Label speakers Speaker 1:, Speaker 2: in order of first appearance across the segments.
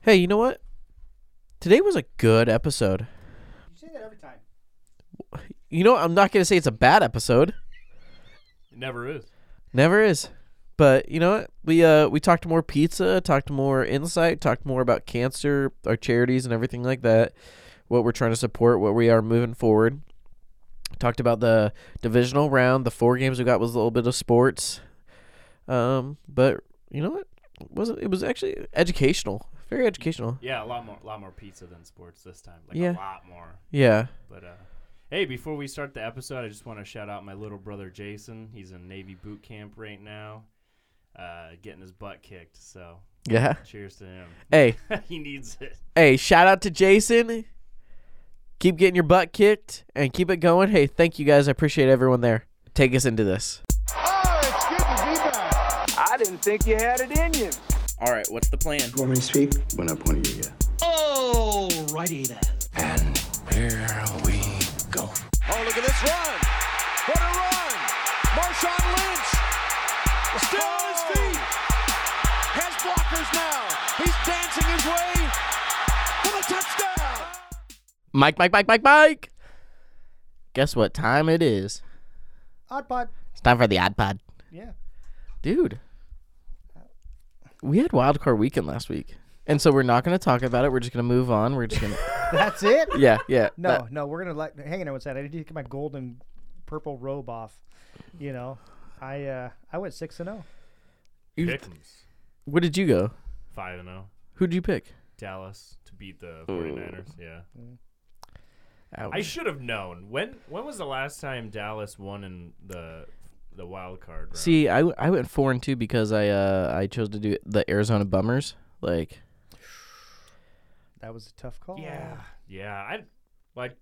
Speaker 1: Hey, you know what? Today was a good episode.
Speaker 2: You say that every time.
Speaker 1: You know, what? I'm not going to say it's a bad episode.
Speaker 3: It never is.
Speaker 1: Never is. But you know what? We uh we talked more pizza, talked more insight, talked more about cancer, our charities and everything like that. What we're trying to support, what we are moving forward. Talked about the divisional round, the four games we got was a little bit of sports. Um, but you know what? It wasn't it was actually educational. Very educational.
Speaker 3: Yeah, a lot more, lot more pizza than sports this time. Like
Speaker 1: Yeah.
Speaker 3: a lot more.
Speaker 1: Yeah.
Speaker 3: But uh, hey, before we start the episode, I just want to shout out my little brother Jason. He's in Navy boot camp right now, uh, getting his butt kicked. So
Speaker 1: Yeah.
Speaker 3: cheers to him.
Speaker 1: Hey,
Speaker 3: he needs it.
Speaker 1: hey, shout out to Jason. Keep getting your butt kicked and keep it going. Hey, thank you guys. I appreciate everyone there. Take us into this.
Speaker 4: Oh, it's good to be back. I didn't think you had it in you.
Speaker 1: All right, what's the plan?
Speaker 5: Want me to speak? We're not pointing at you.
Speaker 4: Oh, look at this run. What a run. Marshawn Lynch. Still on his feet. Has blockers now. He's dancing his way for the touchdown.
Speaker 1: Mike, Mike, Mike, Mike, Mike. Guess what time it is?
Speaker 2: Odd pod.
Speaker 1: It's time for the ad pod.
Speaker 2: Yeah.
Speaker 1: Dude, we had wildcard weekend last week. And so we're not going to talk about it. We're just going to move on. We're just going to.
Speaker 2: That's it?
Speaker 1: Yeah, yeah.
Speaker 2: No,
Speaker 1: that-
Speaker 2: no, we're gonna let hang on what's that. I need to get my golden purple robe off. You know. I uh I went six and oh.
Speaker 1: you,
Speaker 3: Pick'ems.
Speaker 1: where did you go?
Speaker 3: Five and zero.
Speaker 1: Who'd you pick?
Speaker 3: Dallas to beat the 49ers. Yeah. I
Speaker 1: Ouch.
Speaker 3: should have known. When when was the last time Dallas won in the the wild card round?
Speaker 1: See, I, w- I went four and two because I uh I chose to do the Arizona Bummers. Like,
Speaker 2: That was a tough call.
Speaker 3: Yeah. Yeah. I like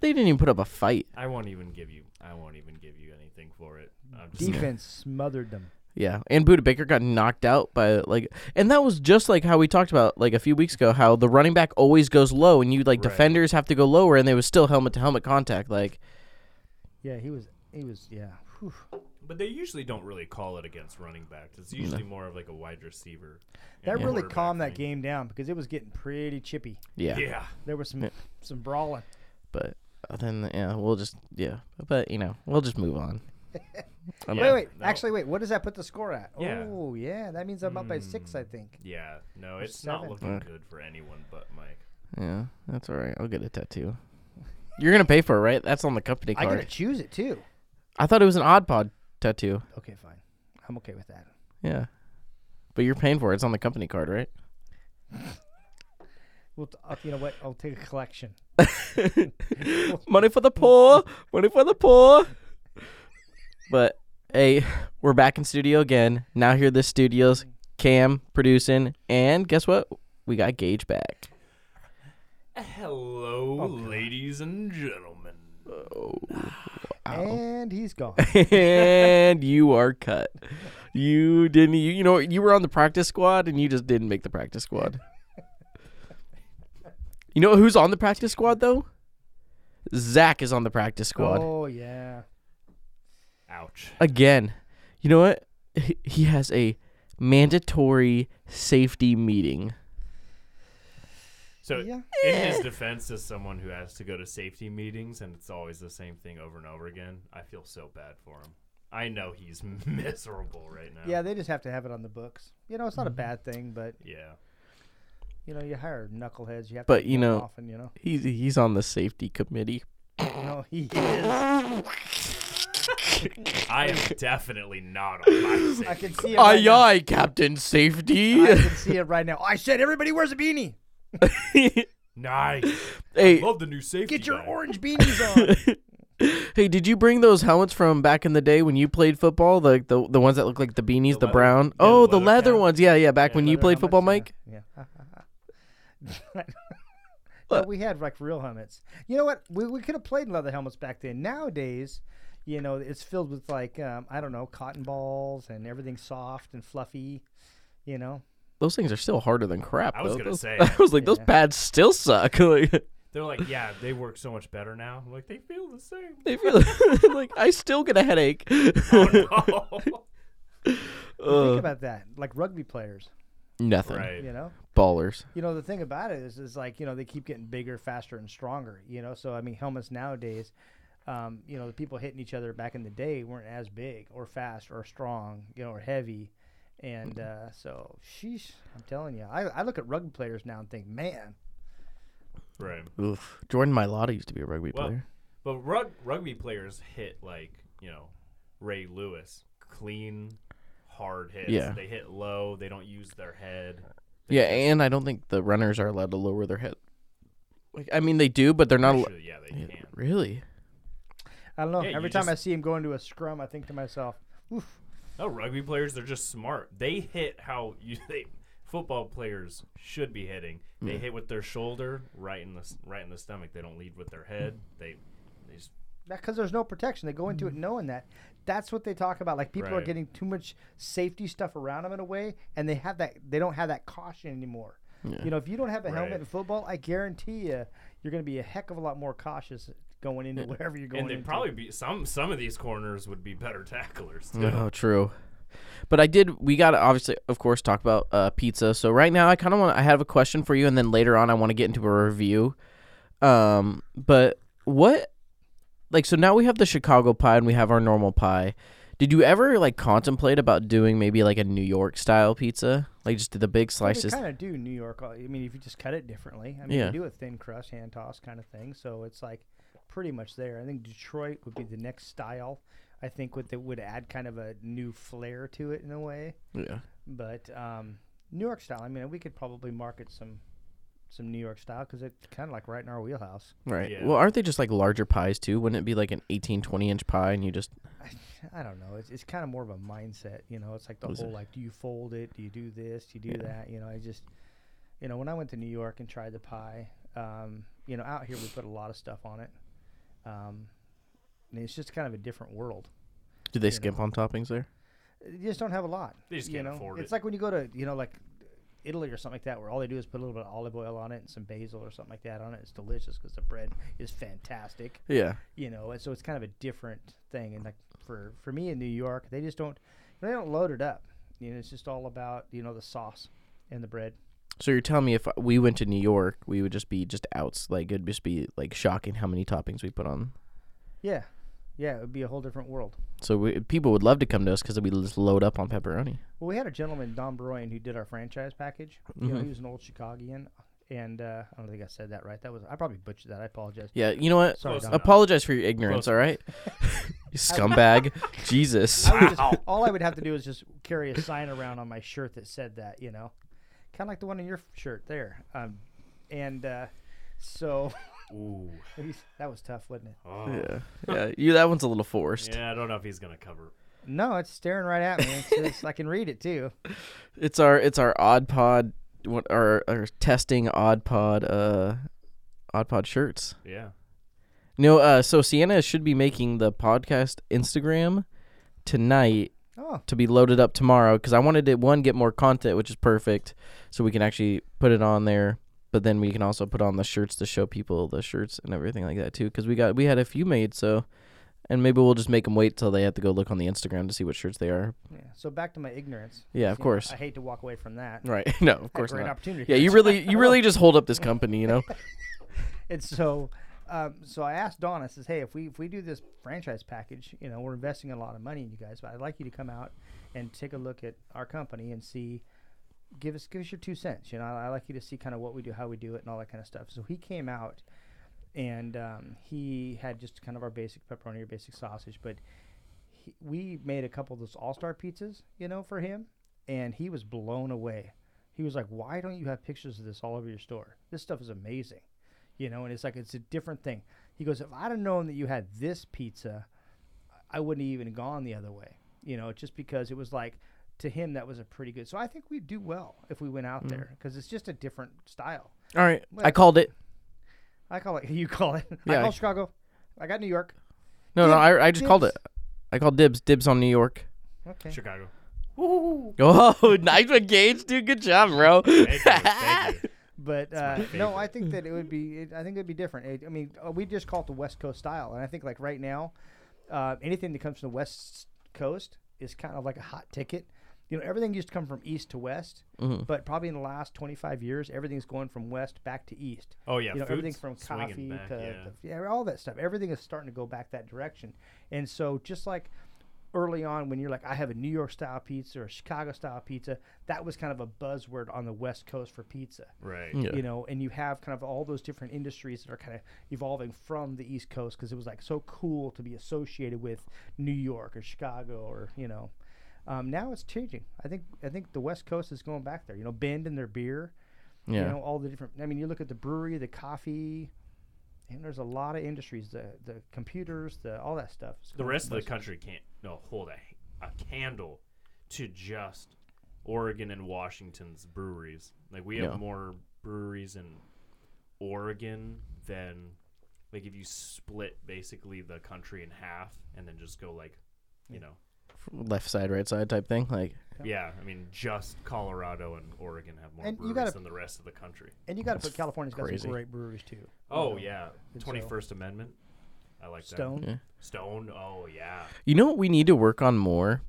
Speaker 1: they didn't even put up a fight.
Speaker 3: I won't even give you I won't even give you anything for it. I'm just
Speaker 2: Defense smothered them.
Speaker 1: Yeah, and Buda Baker got knocked out by like, and that was just like how we talked about like a few weeks ago, how the running back always goes low, and you like
Speaker 3: Right.
Speaker 1: defenders have to go lower, and they was still helmet to helmet contact. Like,
Speaker 2: Yeah, he was he was yeah. Whew.
Speaker 3: But they usually don't really call it against running backs. It's usually more of like a wide receiver.
Speaker 2: That
Speaker 3: and
Speaker 2: really
Speaker 3: quarterback
Speaker 2: calmed that
Speaker 3: thing.
Speaker 2: game down because it was getting pretty chippy.
Speaker 1: yeah,
Speaker 3: Yeah.
Speaker 2: There was some some brawling.
Speaker 1: but then yeah, we'll just yeah, but you know, we'll just move on.
Speaker 3: yeah.
Speaker 2: wait, wait.
Speaker 3: no.
Speaker 2: Actually, wait. What does that put the score at?
Speaker 3: Yeah.
Speaker 2: Oh, yeah. That means I'm up by six,
Speaker 3: Hmm.
Speaker 2: I think.
Speaker 3: Yeah. No, it's not
Speaker 2: seven. Uh.
Speaker 3: looking good for anyone but Mike.
Speaker 1: Yeah, that's all right. I'll get a tattoo. You're gonna pay for it, right? That's on the company
Speaker 2: I gotta
Speaker 1: card.
Speaker 2: choose it too.
Speaker 1: I, thought it was an odd pod tattoo.
Speaker 2: Okay, fine. I'm okay with that.
Speaker 1: Yeah, but you're paying for it. It's on the company card, right?
Speaker 2: Well, t- uh, you know what? I'll take a collection.
Speaker 1: money for the poor, money for the poor. But hey, we're back in studio again. Now here the studios, Cam producing, and guess what? We got Gage back.
Speaker 3: Hello,
Speaker 2: Oh,
Speaker 3: ladies and gentlemen.
Speaker 1: Oh,
Speaker 2: And he's gone.
Speaker 1: and you are cut. You didn't. You, you know you were on the practice squad, and you just didn't make the practice squad. You know who's on the practice squad though? Zach is on the practice squad.
Speaker 2: Oh, yeah.
Speaker 3: Ouch.
Speaker 1: again. You know what? He- He has a mandatory safety meeting.
Speaker 3: So,
Speaker 2: Yeah.
Speaker 3: in his defense, as someone who has to go to safety meetings and it's always the same thing over and over again, I feel so bad for him. I know he's miserable right now.
Speaker 2: Yeah, they just have to have it on the books. You know, it's
Speaker 1: Mm-hmm.
Speaker 2: not a bad thing, but,
Speaker 3: Yeah.
Speaker 2: you know, you hire knuckleheads. You have
Speaker 1: But,
Speaker 2: to
Speaker 1: you
Speaker 2: do it
Speaker 1: know-
Speaker 2: Often, you know?
Speaker 1: He's he's on the safety committee.
Speaker 2: You know, he is.
Speaker 3: I am definitely not on my safety.
Speaker 2: I can see it. Right
Speaker 1: Aye
Speaker 2: now.
Speaker 1: aye, Captain Safety.
Speaker 2: I can see it right now. I said everybody wears a beanie.
Speaker 3: Nice.
Speaker 1: hey
Speaker 3: Love the new safety.
Speaker 2: Get your
Speaker 3: guy.
Speaker 2: orange beanies on.
Speaker 1: hey, did you bring those helmets from back in the day when you played football? The the, the ones that look like the beanies, the,
Speaker 3: leather-
Speaker 1: brown.
Speaker 3: yeah, the
Speaker 1: oh, the
Speaker 3: leather
Speaker 1: leather
Speaker 3: cap.
Speaker 1: ones. Yeah, yeah. Back when you
Speaker 3: leather
Speaker 1: played football, Mike.
Speaker 2: Yeah. but we had like real helmets. You know what? We, we could have played in leather helmets back then. Nowadays, you know, it's filled with like um, I don't know, cotton balls and everything soft and fluffy. You know,
Speaker 1: Those things are still harder than crap.
Speaker 3: I was
Speaker 1: though.
Speaker 3: gonna
Speaker 1: Those-
Speaker 3: say.
Speaker 1: I was like, those pads still suck. Like,
Speaker 3: They're like, yeah, they work so much better now. I'm like they feel the same.
Speaker 1: they feel like I still get a headache.
Speaker 3: Oh, no. Uh,
Speaker 2: think about that. Like rugby players.
Speaker 1: Nothing.
Speaker 3: Right.
Speaker 2: You know,
Speaker 1: Ballers.
Speaker 2: you know the thing about it is, is like you know they keep getting bigger, faster, and stronger. You know, so I mean helmets nowadays, um, you know the people hitting each other back in the day weren't as big or fast or strong, you know, or heavy, and uh, so sheesh, I'm telling you, I, I look at rugby players now and think, man,
Speaker 3: Right.
Speaker 1: Oof. Jordan Mailata used to be a rugby
Speaker 3: Well,
Speaker 1: player.
Speaker 3: but rug, rugby players hit like you know Ray Lewis, clean, hard hits.
Speaker 1: Yeah.
Speaker 3: They hit low. They don't use their head.
Speaker 1: Yeah, and I don't think the runners are allowed to lower their head. Like, I mean, they do, but they're not. al-
Speaker 3: Actually, yeah, they can.
Speaker 1: Really?
Speaker 2: I don't know.
Speaker 3: Yeah,
Speaker 2: Every
Speaker 3: you
Speaker 2: time I
Speaker 3: just-
Speaker 2: see him go into a scrum, I think to myself, oof,
Speaker 3: No, rugby players, they're just smart. They hit how you they football players should be hitting. They hit with their shoulder, right in the s- right in the stomach. They don't lead with their head. They, they just,
Speaker 2: because there's no protection. They go into it knowing that. That's what they talk about. Like people
Speaker 3: Mm-hmm.
Speaker 2: are
Speaker 3: Right.
Speaker 2: getting too much safety stuff around them in a way, and they have that. They don't have that caution anymore. You know, if you don't have a helmet
Speaker 3: Right.
Speaker 2: in football, I guarantee you, you're going to be a heck of a lot more cautious going into wherever you're going.
Speaker 3: and they'd
Speaker 2: into.
Speaker 3: probably be some some of these corners would be better tacklers. Too.
Speaker 1: Oh, true. But I did. We got to obviously, of course, talk about uh, pizza. So right now, I kind of want. I have a question for you, and then later on, I want to get into a review. Um, but what, like, so now we have the Chicago pie and we have our normal pie. Did you ever like contemplate about doing maybe like a New York style pizza, like just the big
Speaker 2: Well,
Speaker 1: slices?
Speaker 2: They kind of do New York. uh, I mean, if you just cut it differently, I mean,
Speaker 1: Yeah.
Speaker 2: they do a thin crust, hand toss kind of thing. So it's like pretty much there. I think Detroit would be the next style. I think what that would add kind of a new flair to it in a way.
Speaker 1: yeah.
Speaker 2: But um, New York style. I mean, we could probably market some some New York style because it's kind of like right in our wheelhouse.
Speaker 1: Right.
Speaker 3: Yeah.
Speaker 1: Well, aren't they just like larger pies too? Wouldn't it be like an 18, 20 inch pie and you just
Speaker 2: I don't know. It's, it's kind of more of a mindset, you know. It's like the
Speaker 1: Was it-
Speaker 2: whole like, do you fold it? Do you do this? Do you do
Speaker 1: Yeah.
Speaker 2: that? You know, I just, you know, when I went to New York and tried the pie, um, you know, out here we put a lot of stuff on it. Um, and it's just kind of a different world.
Speaker 1: do they
Speaker 2: know.
Speaker 1: skimp on toppings there?
Speaker 2: You just don't have a lot.
Speaker 3: They just
Speaker 2: you
Speaker 3: can't
Speaker 2: know?
Speaker 3: afford
Speaker 2: It's
Speaker 3: it.
Speaker 2: like when you go to, you know, like Italy or something like that, where all they do is put a little bit of olive oil on it and some basil or something like that on it. It's delicious because the bread is fantastic
Speaker 1: Yeah.
Speaker 2: you know and so it's kind of a different thing and like for for me in new york they just don't they don't load it up you know it's just all about you know the sauce and the bread
Speaker 1: So you're telling me if we went to New York, we would just be just outs. Like it'd just be like shocking how many toppings we put on.
Speaker 2: yeah yeah it would be a whole different world
Speaker 1: So we, people would love to come to us because we just load up on pepperoni.
Speaker 2: well we had a gentleman don Beroyan, who did our franchise package you know he was an old chicagoan and uh, i don't think i said that right that was i probably butchered that i apologize
Speaker 1: Yeah, you know what?
Speaker 2: Sorry,
Speaker 3: Close
Speaker 2: Don.
Speaker 3: enough.
Speaker 1: Apologize for your ignorance, all right? you scumbag, Jesus.
Speaker 2: I would just- all i would have to do is just carry a sign around on my shirt that said that you know kind of like the one in your shirt there um, and uh, so
Speaker 3: Ooh.
Speaker 2: that was tough wasn't it
Speaker 3: Oh. Yeah.
Speaker 1: Yeah, yeah. You that one's a little forced.
Speaker 3: I don't know if he's gonna cover.
Speaker 2: No, it's staring right at me. It's just, I can read it too.
Speaker 1: It's our it's our odd pod, what our our testing odd pod uh, odd pod shirts.
Speaker 3: Yeah.
Speaker 1: No, uh, so Sienna should be making the podcast Instagram tonight
Speaker 2: Oh,
Speaker 1: to be loaded up tomorrow because I wanted to one get more content, which is perfect, so we can actually put it on there. But then we can also put on the shirts to show people the shirts and everything like that too, because we got we had a few made, so and maybe we'll just make them wait till they have to go look on the Instagram to see what shirts they are.
Speaker 2: yeah. So back to my ignorance.
Speaker 1: Yeah, of
Speaker 2: You know,
Speaker 1: course.
Speaker 2: I hate to walk away from that.
Speaker 1: Right? no, of course
Speaker 2: great
Speaker 1: not.
Speaker 2: opportunity.
Speaker 1: Yeah, you really you really just hold up this company, you know?
Speaker 2: And so, um, so I asked Don. I says, "Hey, if we if we do this franchise package, you know, we're investing a lot of money in you guys, but I'd like you to come out and take a look at our company and see." Give us give us your two cents. You know, I, I like you to see kind of what we do, how we do it, and all that kind of stuff. So he came out, and um, he had just kind of our basic pepperoni, or basic sausage, but he, we made a couple of those all star pizzas, you know, for him, and he was blown away. He was like, "Why don't you have pictures of this all over your store? This stuff is amazing," you know. And it's like it's a different thing. He goes, "If I'd have known that you had this pizza, I wouldn't have even gone the other way, you know, just because it was like." To him, that was a pretty good. So I think we'd do well if we went out
Speaker 1: Mm-hmm.
Speaker 2: there 'cause there because it's just a different style.
Speaker 1: All right, I
Speaker 2: Well-
Speaker 1: called it.
Speaker 2: I call it. You call it.
Speaker 1: Yeah,
Speaker 2: I
Speaker 1: I-
Speaker 2: call Chicago. I got New York.
Speaker 1: No, no,
Speaker 2: Dib-
Speaker 1: I I just called
Speaker 2: dibs.
Speaker 1: it. I called dibs dibs on New York.
Speaker 2: Okay.
Speaker 3: Chicago.
Speaker 1: Oh, nice one, Gage, dude. Good job, bro.
Speaker 3: Thank you. Thank you.
Speaker 2: But uh, no, I
Speaker 3: favorite.
Speaker 2: think that it would be. It, I think it'd be different. It, I mean, uh, we just call it the West Coast style, and I think like right now, uh, anything that comes from the West Coast is kind of like a hot ticket. you know, everything used to come from east to west, but probably in the last 25 years, everything's going from west back to east.
Speaker 3: Oh, yeah,
Speaker 2: you know, everything
Speaker 3: food's
Speaker 2: from
Speaker 3: swinging
Speaker 2: coffee
Speaker 3: back,
Speaker 2: to,
Speaker 3: yeah.
Speaker 2: to yeah, all that stuff. Everything is starting to go back that direction. And so, just like early on, when you're like, I have a New York style pizza or a Chicago style pizza, that was kind of a buzzword on the West Coast for pizza.
Speaker 3: Right.
Speaker 2: You know, and you have kind of all those different industries that are kind of evolving from the East Coast because it was like so cool to be associated with New York or Chicago or you know. Um, now it's changing. I think I think the West Coast is going back there. You know, Bend and their beer.
Speaker 1: Yeah.
Speaker 2: You know, all the different. I mean, you look at the brewery, the coffee, and there's a lot of industries. The the computers, the all that stuff. is
Speaker 3: The
Speaker 2: going
Speaker 3: rest of the
Speaker 2: west.
Speaker 3: country can't no hold a, a candle to just Oregon and Washington's breweries. Like we have
Speaker 1: No.
Speaker 3: more breweries in Oregon than like if you split basically the country in half and then just go like you know
Speaker 1: left side, right side type thing. Like,
Speaker 3: yeah I mean just Colorado and Oregon have more
Speaker 2: And you
Speaker 3: breweries
Speaker 2: gotta-
Speaker 3: than the rest of the country.
Speaker 2: And you got to put California's got
Speaker 1: crazy.
Speaker 2: some great breweries too.
Speaker 3: Oh yeah,
Speaker 2: And so-
Speaker 3: Twenty First Amendment. I like
Speaker 2: Stone.
Speaker 3: that. Stone. Oh yeah.
Speaker 1: you know what we need to work on more?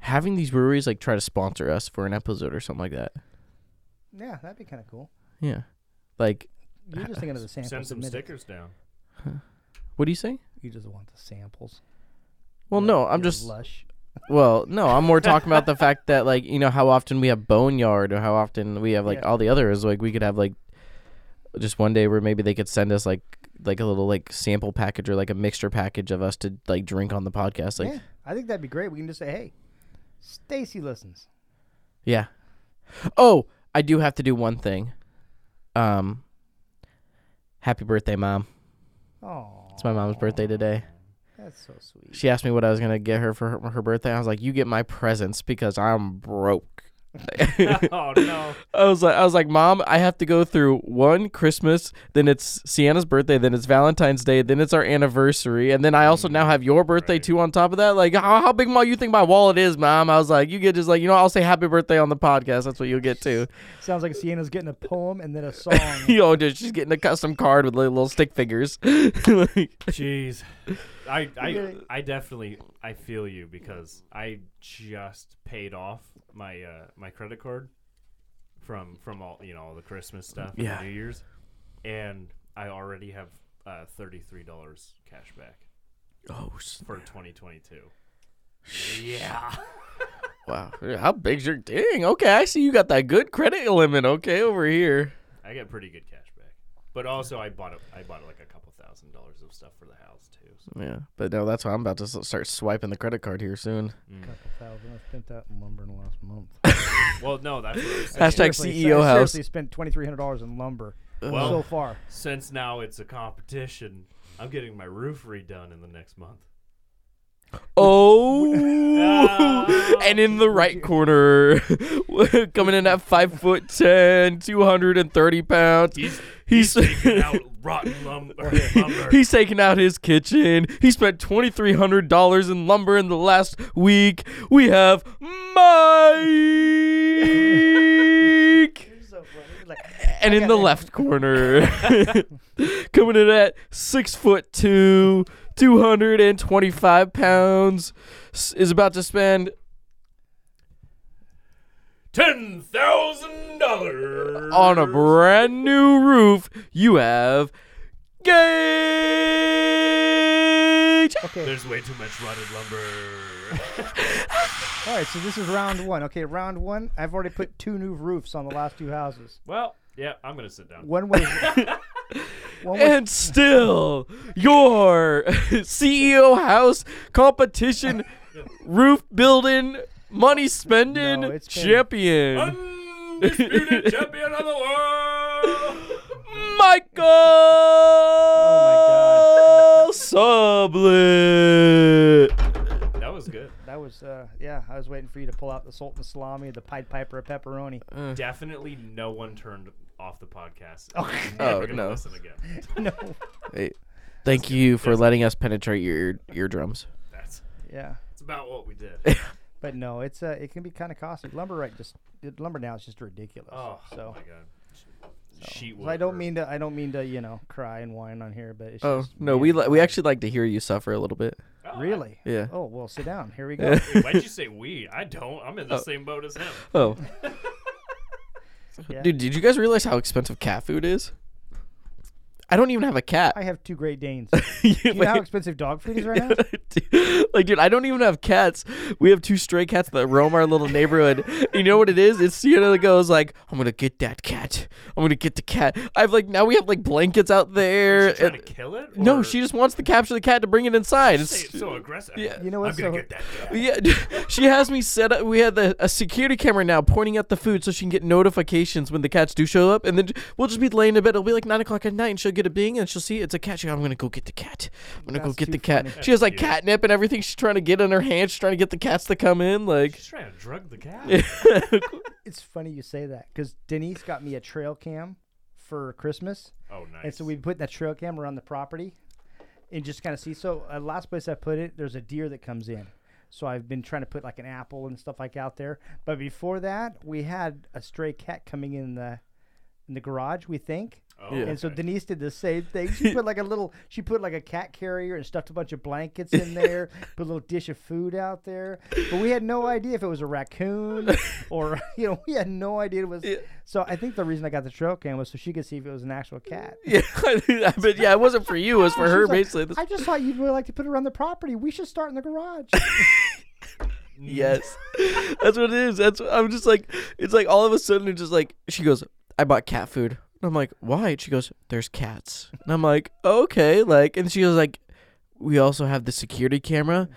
Speaker 1: Having these breweries like try to sponsor us for an episode or something like that.
Speaker 2: Yeah, that'd be kind of cool.
Speaker 1: Yeah. Like,
Speaker 2: You're just thinking of the samples.
Speaker 3: Send some
Speaker 2: admit it.
Speaker 3: stickers down.
Speaker 1: what do you say?
Speaker 2: You just want the samples.
Speaker 1: Well, no, I'm
Speaker 2: Your
Speaker 1: just
Speaker 2: lush.
Speaker 1: well, no, I'm more talking about the fact that like you know how often we have Boneyard or how often we have like
Speaker 2: Yeah.
Speaker 1: all the others. Like we could have like just one day where maybe they could send us like like a little like sample package or like a mixture package of us to like drink on the podcast. Like,
Speaker 2: yeah, I think that'd be great. We can just say, "Hey, Stacy listens."
Speaker 1: Yeah. Oh, I do have to do one thing. Um Happy birthday, mom.
Speaker 2: Oh,
Speaker 1: It's my mom's birthday today.
Speaker 2: that's so sweet.
Speaker 1: She asked me what I was going to get her for her, her birthday. I was like, "You get my presents because I'm broke."
Speaker 3: oh no.
Speaker 1: I was like I was like, "Mom, I have to go through one Christmas, then it's Sienna's birthday, then it's Valentine's Day, then it's our anniversary, and then I also now have your birthday too on top of that." Like, how, how big my you think my wallet is, mom? I was like, "You get just like, you know, I'll say happy birthday on the podcast. That's what you'll get too."
Speaker 2: Sounds like Sienna's getting a poem and then a song.
Speaker 1: you know, dude, she's getting a custom card with little, little stick figures. Oh, Like,
Speaker 3: Jeez, I I,
Speaker 2: gotta-
Speaker 3: I definitely I feel you because I just paid off my uh, my credit card from from all you know all the Christmas stuff, and
Speaker 1: Yeah.
Speaker 3: the New Year's, and I already have uh, thirty three dollars cash back
Speaker 1: oh,
Speaker 3: for twenty twenty two. Yeah,
Speaker 1: wow. How big's your dang? Okay, I see you got that good credit limit. Okay, over here.
Speaker 3: I get pretty good cash back, but also I bought a, I bought like a couple thousand dollars of stuff for the house too. So.
Speaker 1: Yeah, but no, that's why I'm about to s- start swiping the credit card here soon.
Speaker 2: Couple thousand. I spent that in lumber in the last month.
Speaker 3: Well, no, that's what I was saying.
Speaker 1: Hashtag
Speaker 2: Seriously,
Speaker 1: CEO
Speaker 2: I
Speaker 1: E house.
Speaker 2: Seriously, spent twenty three hundred dollars in lumber
Speaker 3: Well-
Speaker 2: uh, so far.
Speaker 3: since now it's a competition. I'm getting my roof redone in the next month.
Speaker 1: Oh, and in the right corner, coming in at five foot ten, two hundred and thirty pounds.
Speaker 3: He's-
Speaker 1: he's,
Speaker 3: out rotten lumber. lumber.
Speaker 1: He's taking out his kitchen. He spent twenty three hundred dollars in lumber in the last week. We have Mike,
Speaker 2: So funny. Like,
Speaker 1: and in the left corner, coming in at six foot two, two hundred and twenty five pounds, s- is about to spend
Speaker 3: Ten thousand dollars
Speaker 1: on a brand new roof. You have Gage.
Speaker 2: okay.
Speaker 3: There's way too much rotted lumber.
Speaker 2: All right. So this is round one. Okay, round one. I've already put two new roofs on the last two houses.
Speaker 3: well, yeah, I'm gonna sit down.
Speaker 2: One was. one was
Speaker 1: And still, your CEO house competition roof building money spending
Speaker 2: No, it's been-
Speaker 1: champion,
Speaker 3: Undisputed champion of the world.
Speaker 1: Michael
Speaker 2: Oh
Speaker 1: Sublet.
Speaker 3: That was good.
Speaker 2: that was uh, yeah. I was waiting for you to pull out the Sultan salami, the Pied Piper of pepperoni.
Speaker 3: Definitely, no one turned off the podcast.
Speaker 2: Uh.
Speaker 1: Oh,
Speaker 3: Never gonna
Speaker 1: no.
Speaker 3: Listen again.
Speaker 2: no.
Speaker 1: Hey, thank you for letting us penetrate your ear- eardrums.
Speaker 3: That's
Speaker 2: Yeah.
Speaker 3: that's about what we did.
Speaker 2: But no, it's uh, it can be kind of costly. Lumber right just it- lumber now is just ridiculous.
Speaker 3: Oh,
Speaker 2: so,
Speaker 3: my god. Sheet
Speaker 2: so I don't
Speaker 3: wood
Speaker 2: mean to I don't mean to you know cry and whine on here, but it's
Speaker 1: Oh
Speaker 2: just
Speaker 1: no, we li- we actually like to hear you suffer a little bit.
Speaker 3: or- Oh, I-
Speaker 2: Really?
Speaker 1: Yeah.
Speaker 2: Oh well, sit down. Here we go.
Speaker 3: why'd you say we? I don't. I'm in the same boat as him.
Speaker 1: Oh.
Speaker 2: Yeah.
Speaker 1: Dude, did you guys realize how expensive cat food is? I don't even have a cat.
Speaker 2: I have two Great Danes. Do
Speaker 1: You
Speaker 2: you know how
Speaker 1: like-
Speaker 2: expensive dog food is right now?
Speaker 1: like, dude, I don't even have cats. We have two stray cats that roam our little neighborhood. And you know what it is? It's Sienna that goes like, "I'm gonna get that cat. I'm gonna get the cat." I've like now we have like blankets out there.
Speaker 3: Is she trying
Speaker 1: and-
Speaker 3: to kill it?
Speaker 1: Er, no,
Speaker 3: or-
Speaker 1: she just wants to capture the cat to bring it inside.
Speaker 3: Say
Speaker 1: It's,
Speaker 3: it's so aggressive.
Speaker 1: Yeah.
Speaker 2: You know
Speaker 3: I'm
Speaker 2: what's
Speaker 3: gonna
Speaker 2: so?
Speaker 3: get that. cat.
Speaker 1: yeah, she has me set up. We had the, a security camera now pointing at the food so she can get notifications when the cats do show up. And then we'll just be laying in bed. It'll be like nine o'clock at night, and she'll get a bing, and she'll see it's a cat. She, I'm gonna go get the cat. I'm gonna go
Speaker 2: That's
Speaker 1: get
Speaker 2: too
Speaker 1: the cat.
Speaker 2: funny.
Speaker 1: She has like
Speaker 3: That's cute.
Speaker 1: catnip and everything. She's trying to get in her hand. She's trying to get the cats to come in. Like,
Speaker 3: She's trying to drug the cat.
Speaker 2: It's funny you say that because Denise got me a trail cam for Christmas,
Speaker 3: Oh, nice.
Speaker 2: and so we put that trail cam around the property, and just kind of see. So uh, last place I put it, there's a deer that comes in. So I've been trying to put like an apple and stuff like out there. But before that, we had a stray cat coming in the in the garage. We think.
Speaker 3: Oh,
Speaker 1: Yeah.
Speaker 2: And so
Speaker 3: okay.
Speaker 2: Denise did the same thing. She put like a little, she put like a cat carrier and stuffed a bunch of blankets in there, put a little dish of food out there. But we had no idea if it was a raccoon or, you know, we had no idea it was. So I think the reason I got the trail cam was so she could see if it was an actual cat.
Speaker 1: yeah, I mean, yeah, it wasn't for you. It was for
Speaker 2: She's
Speaker 1: her,
Speaker 2: like,
Speaker 1: basically. This-
Speaker 2: I just thought you'd really like to put it around the property. We should start in the garage.
Speaker 1: Yes, that's what it is. That's what, I'm just like it's like all of a sudden it's just like she goes, I bought cat food. And I'm like, why? And she goes, there's cats. And I'm like, okay, like, and she was like, we also have the security camera,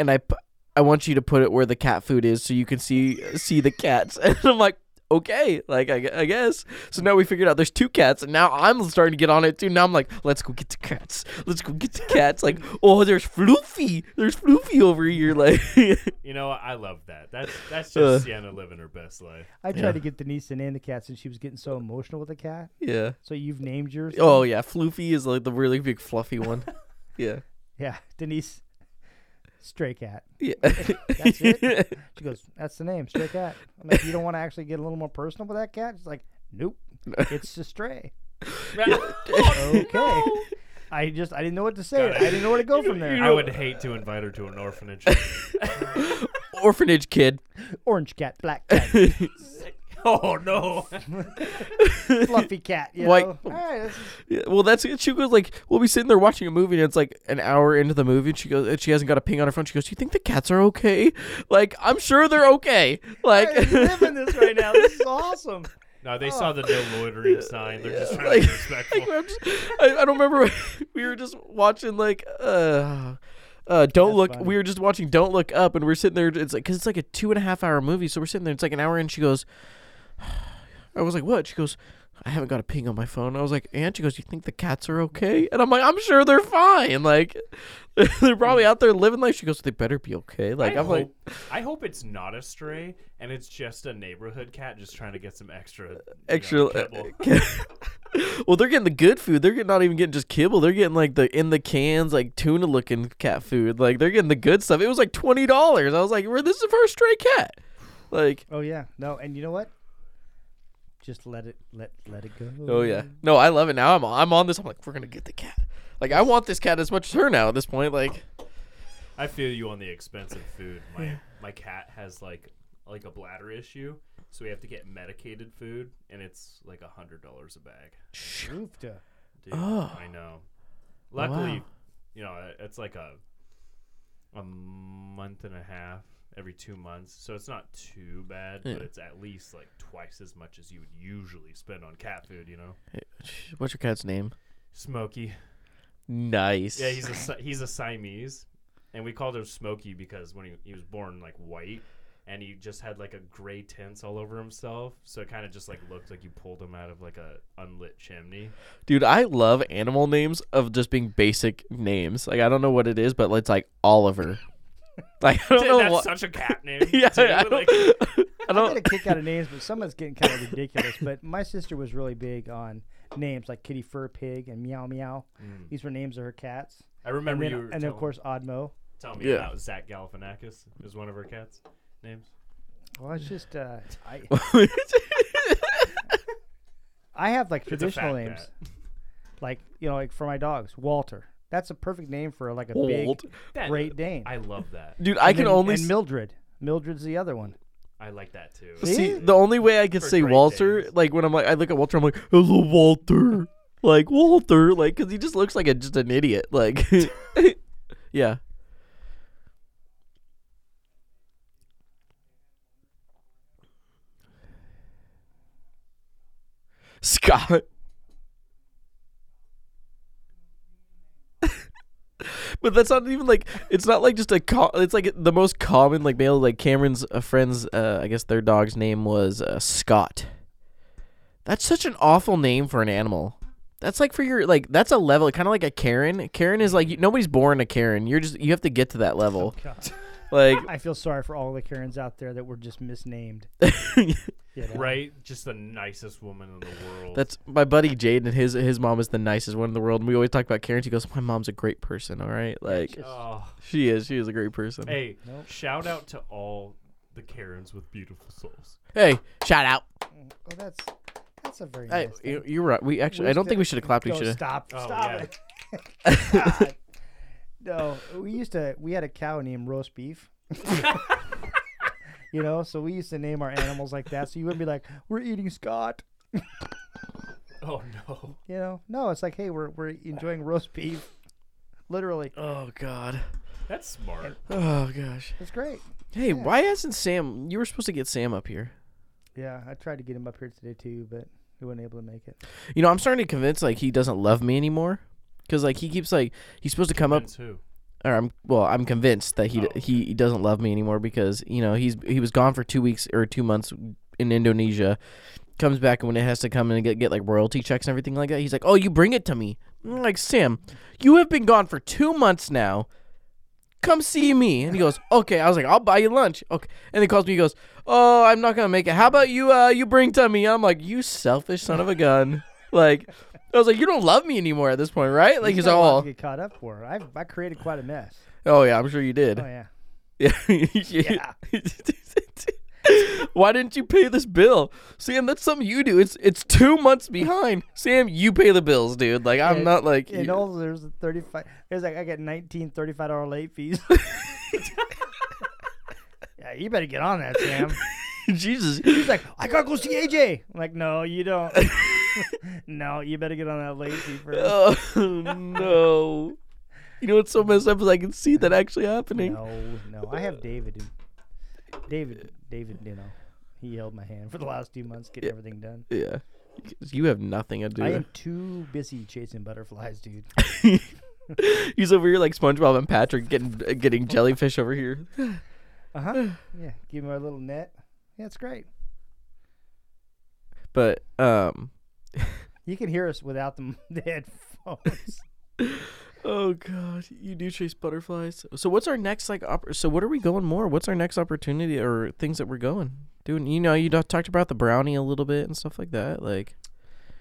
Speaker 1: and I pu- I want you to put it where the cat food is so you can see see the cats. And I'm like. Okay, like I, gue- I guess. So now we figured out there's two cats, and now I'm starting to get on it too. Now I'm like, let's go get the cats. Let's go get the cats. Like, oh, there's Floofy. There's Floofy over here. Like,
Speaker 3: You know, what? I love that. That's that's just
Speaker 1: Uh.
Speaker 3: Sienna living her best life.
Speaker 2: I tried to get Denise to name the cat since she was getting so emotional with the cat.
Speaker 1: yeah.
Speaker 2: So you've named yours.
Speaker 1: Oh yeah, Floofy is like the really big fluffy one. yeah.
Speaker 2: Yeah, Denise, stray cat.
Speaker 1: Yeah.
Speaker 2: That's it. She goes, "That's the name, stray cat." I'm like, "You don't want to actually get a little more personal with that cat?" She's like, "Nope, it's a stray." Okay. I just I didn't know what to say. I didn't know where to go from there.
Speaker 3: I would hate to invite her to an orphanage.
Speaker 1: Orphanage kid.
Speaker 2: Orange cat, black cat,
Speaker 3: oh no!
Speaker 2: fluffy cat. You
Speaker 1: White-
Speaker 2: know? All right, this is-
Speaker 1: Yeah, well, that's it. She goes like, we'll be sitting there watching a movie, and it's like an hour into the movie, and she goes, and she hasn't got a ping on her phone. She goes, "Do you think the cats are okay? Like, I'm sure they're okay. Like,
Speaker 2: I live in this right now. This is awesome.
Speaker 3: No, they saw the no loitering sign. They're just trying
Speaker 1: like,
Speaker 3: to be respectful.
Speaker 1: like, I'm just- I, I don't remember. we were just watching like uh, uh, don't look. We were just watching Don't Look Up, and we're sitting there. It's like because it's like a two and a half hour movie, so we're sitting there. It's like an hour, and she goes. I was like, what? She goes, I haven't got a ping on my phone. I was like, and she goes, you think the cats are okay? And I'm like, I'm sure they're fine. Like, they're probably out there living life. She goes, they better be okay. Like,
Speaker 3: Mm. I
Speaker 1: I'm like,
Speaker 3: hope, I hope it's not a stray and it's just a neighborhood cat just trying to get some extra you know,
Speaker 1: extra. uh,
Speaker 3: kibble.
Speaker 1: well, they're getting the good food. They're getting, not even getting just kibble. They're getting like the in the cans, like tuna looking cat food. Like they're getting the good stuff. It was like twenty dollars. I was like, "Where this is the first stray cat." Like,
Speaker 2: Oh yeah, no, and you know what? Just let it let let it go.
Speaker 1: oh yeah,
Speaker 3: Mm.
Speaker 1: no, I love it now. I'm I'm on this. I'm like, we're gonna get the cat. Like I want this cat as much as her now at this point. Like,
Speaker 3: I feel you on the expensive food. My my cat has like like a bladder issue, so we have to get medicated food, and it's like a hundred dollars a bag.
Speaker 2: Oofta.
Speaker 3: Dude, I know. Luckily,
Speaker 1: Wow.
Speaker 3: you know it- it's like a a month and a half every two months, so it's not too bad. But it's at least like twice as much as you would usually spend on cat food. You know,
Speaker 1: what's your cat's name?
Speaker 3: Smoky.
Speaker 1: Nice.
Speaker 3: Yeah, he's a Si- he's a Siamese, and we called him Smokey because when he, he was born like white, and he just had like a gray tints all over himself, so it kind of just like looked like you pulled him out of like a unlit chimney.
Speaker 1: Dude, I love animal names of just being basic names. Like I don't know what it is, but it's like Oliver. Like I don't know
Speaker 3: That's
Speaker 1: what.
Speaker 3: such a cat name.
Speaker 1: yeah,
Speaker 3: too,
Speaker 1: I don't,
Speaker 3: like-
Speaker 1: I
Speaker 2: I
Speaker 1: don't.
Speaker 2: get a kick out of names, but some of it's getting kind of ridiculous. But my sister was really big on names like Kitty Fur Pig and Meow Meow.
Speaker 1: Mm.
Speaker 2: These were names of her cats.
Speaker 3: I remember
Speaker 2: and
Speaker 3: you.
Speaker 2: then,
Speaker 3: Were
Speaker 2: and
Speaker 3: telling,
Speaker 2: of course, Oddmo.
Speaker 3: telling me
Speaker 1: Yeah.
Speaker 3: about Zach Galifianakis is one of her cat's names.
Speaker 2: Well, it's just uh, I I have like
Speaker 3: It's a
Speaker 2: traditional
Speaker 3: fat
Speaker 2: names,
Speaker 3: cat.
Speaker 2: like you know, like for my dogs, Walter, That's a perfect name for like a
Speaker 1: Old.
Speaker 2: big
Speaker 3: That-
Speaker 2: Great Dane.
Speaker 3: I love that.
Speaker 1: Dude, I
Speaker 2: And
Speaker 1: can
Speaker 2: then-
Speaker 1: only
Speaker 2: and
Speaker 1: s-
Speaker 2: Mildred. Mildred's the other one.
Speaker 3: I like that too.
Speaker 1: see the only way I could
Speaker 3: For
Speaker 1: say
Speaker 3: great
Speaker 1: Walter.
Speaker 3: Danes.
Speaker 1: Like when I'm like, I look at Walter, I'm like, hello, Walter. Like Walter, like because he just looks like a, just an idiot. Like, yeah. Scott. But that's not even like it's not like just a co- it's like the most common like male like Cameron's uh, friends uh, I guess their dog's name was uh, Scott. That's such an awful name for an animal. That's like for your like that's a level kind of like a Karen. Karen is like you, nobody's born a Karen. You're just you have to get to that level. Like
Speaker 2: I feel sorry for all the Karens out there that were just misnamed. you know?
Speaker 3: Right? Just the nicest woman in the world.
Speaker 1: That's my buddy Jaden, and his his mom is the nicest one in the world. And we always talk about Karen. She goes, "My mom's a great person. All right, like
Speaker 3: Oh,
Speaker 1: she is. She is a great person. Hey,
Speaker 3: hey, shout out to all the Karens with beautiful souls.
Speaker 1: shout out.
Speaker 2: Well, that's that's a very.
Speaker 1: Hey,
Speaker 2: nice
Speaker 1: you,
Speaker 2: thing.
Speaker 1: you're right. We actually, I don't think we should have clapped. We
Speaker 2: No,
Speaker 1: should have.
Speaker 2: Stop!
Speaker 3: Oh,
Speaker 2: stop
Speaker 3: yeah.
Speaker 2: it! God. No, we used to. We had a cow named Roast Beef. you know, so we used to name our animals like that. So you wouldn't be like, "We're eating Scott."
Speaker 3: Oh no.
Speaker 2: You know, no, it's like, "Hey, we're we're enjoying roast beef." Literally,
Speaker 1: Oh God.
Speaker 3: That's smart.
Speaker 1: Oh gosh.
Speaker 2: it's great.
Speaker 1: Hey, why hasn't Sam? You were supposed to get Sam up here.
Speaker 2: Yeah, I tried to get him up here today too, but he wasn't able to make it.
Speaker 1: You know, I'm starting to convince like he doesn't love me anymore. Cause like he keeps like he's supposed to come up
Speaker 3: That's who?
Speaker 1: or I'm well, I'm convinced that
Speaker 2: Oh,
Speaker 1: he he he doesn't love me anymore because you know he's he was gone for two weeks or two months in Indonesia, comes back and when it has to come in and get get like royalty checks and everything like that, he's like, oh, you bring it to me. I'm like Sam, you have been gone for two months now. Come see me, and he goes, okay. I was like, I'll buy you lunch. Okay, and he calls me. He goes, oh, I'm not gonna make it. How about you? Uh, you bring to me. I'm like, you selfish son of a gun. Like, I was like, you don't love me anymore at this point, right? Like he's,
Speaker 2: got a lot
Speaker 1: all,
Speaker 2: to get caught up for. I I created quite a mess.
Speaker 1: oh yeah, I'm sure you did.
Speaker 2: Oh yeah.
Speaker 1: Yeah. Why didn't you pay this bill, Sam? That's something you do. It's it's two months behind. Sam, you pay the bills, dude. Like I'm
Speaker 2: And-
Speaker 1: not like
Speaker 2: and
Speaker 1: you-
Speaker 2: also there's a 35 there's like i got 19 35 dollar late fees yeah you better get on that sam
Speaker 1: Jesus.
Speaker 2: he's like i gotta go see aj i'm like no you don't no you better get on that late fee first
Speaker 1: Oh no. You know what's so messed up is I can see that actually happening.
Speaker 2: no no i have david in, david david you know he held my hand for the last two months getting everything done
Speaker 1: Yeah. You have nothing to do.
Speaker 2: i am too busy chasing butterflies dude
Speaker 1: He's over here like SpongeBob and Patrick getting getting jellyfish over here.
Speaker 2: uh-huh yeah give me our little net yeah it's great
Speaker 1: But um
Speaker 2: you can hear us without the, the headphones
Speaker 1: Oh god, you do chase butterflies. So what's our next like? Op- so what are we going more? What's our next opportunity or things that we're going doing? You know, you do- talked about the brownie a little bit and stuff like that. Like,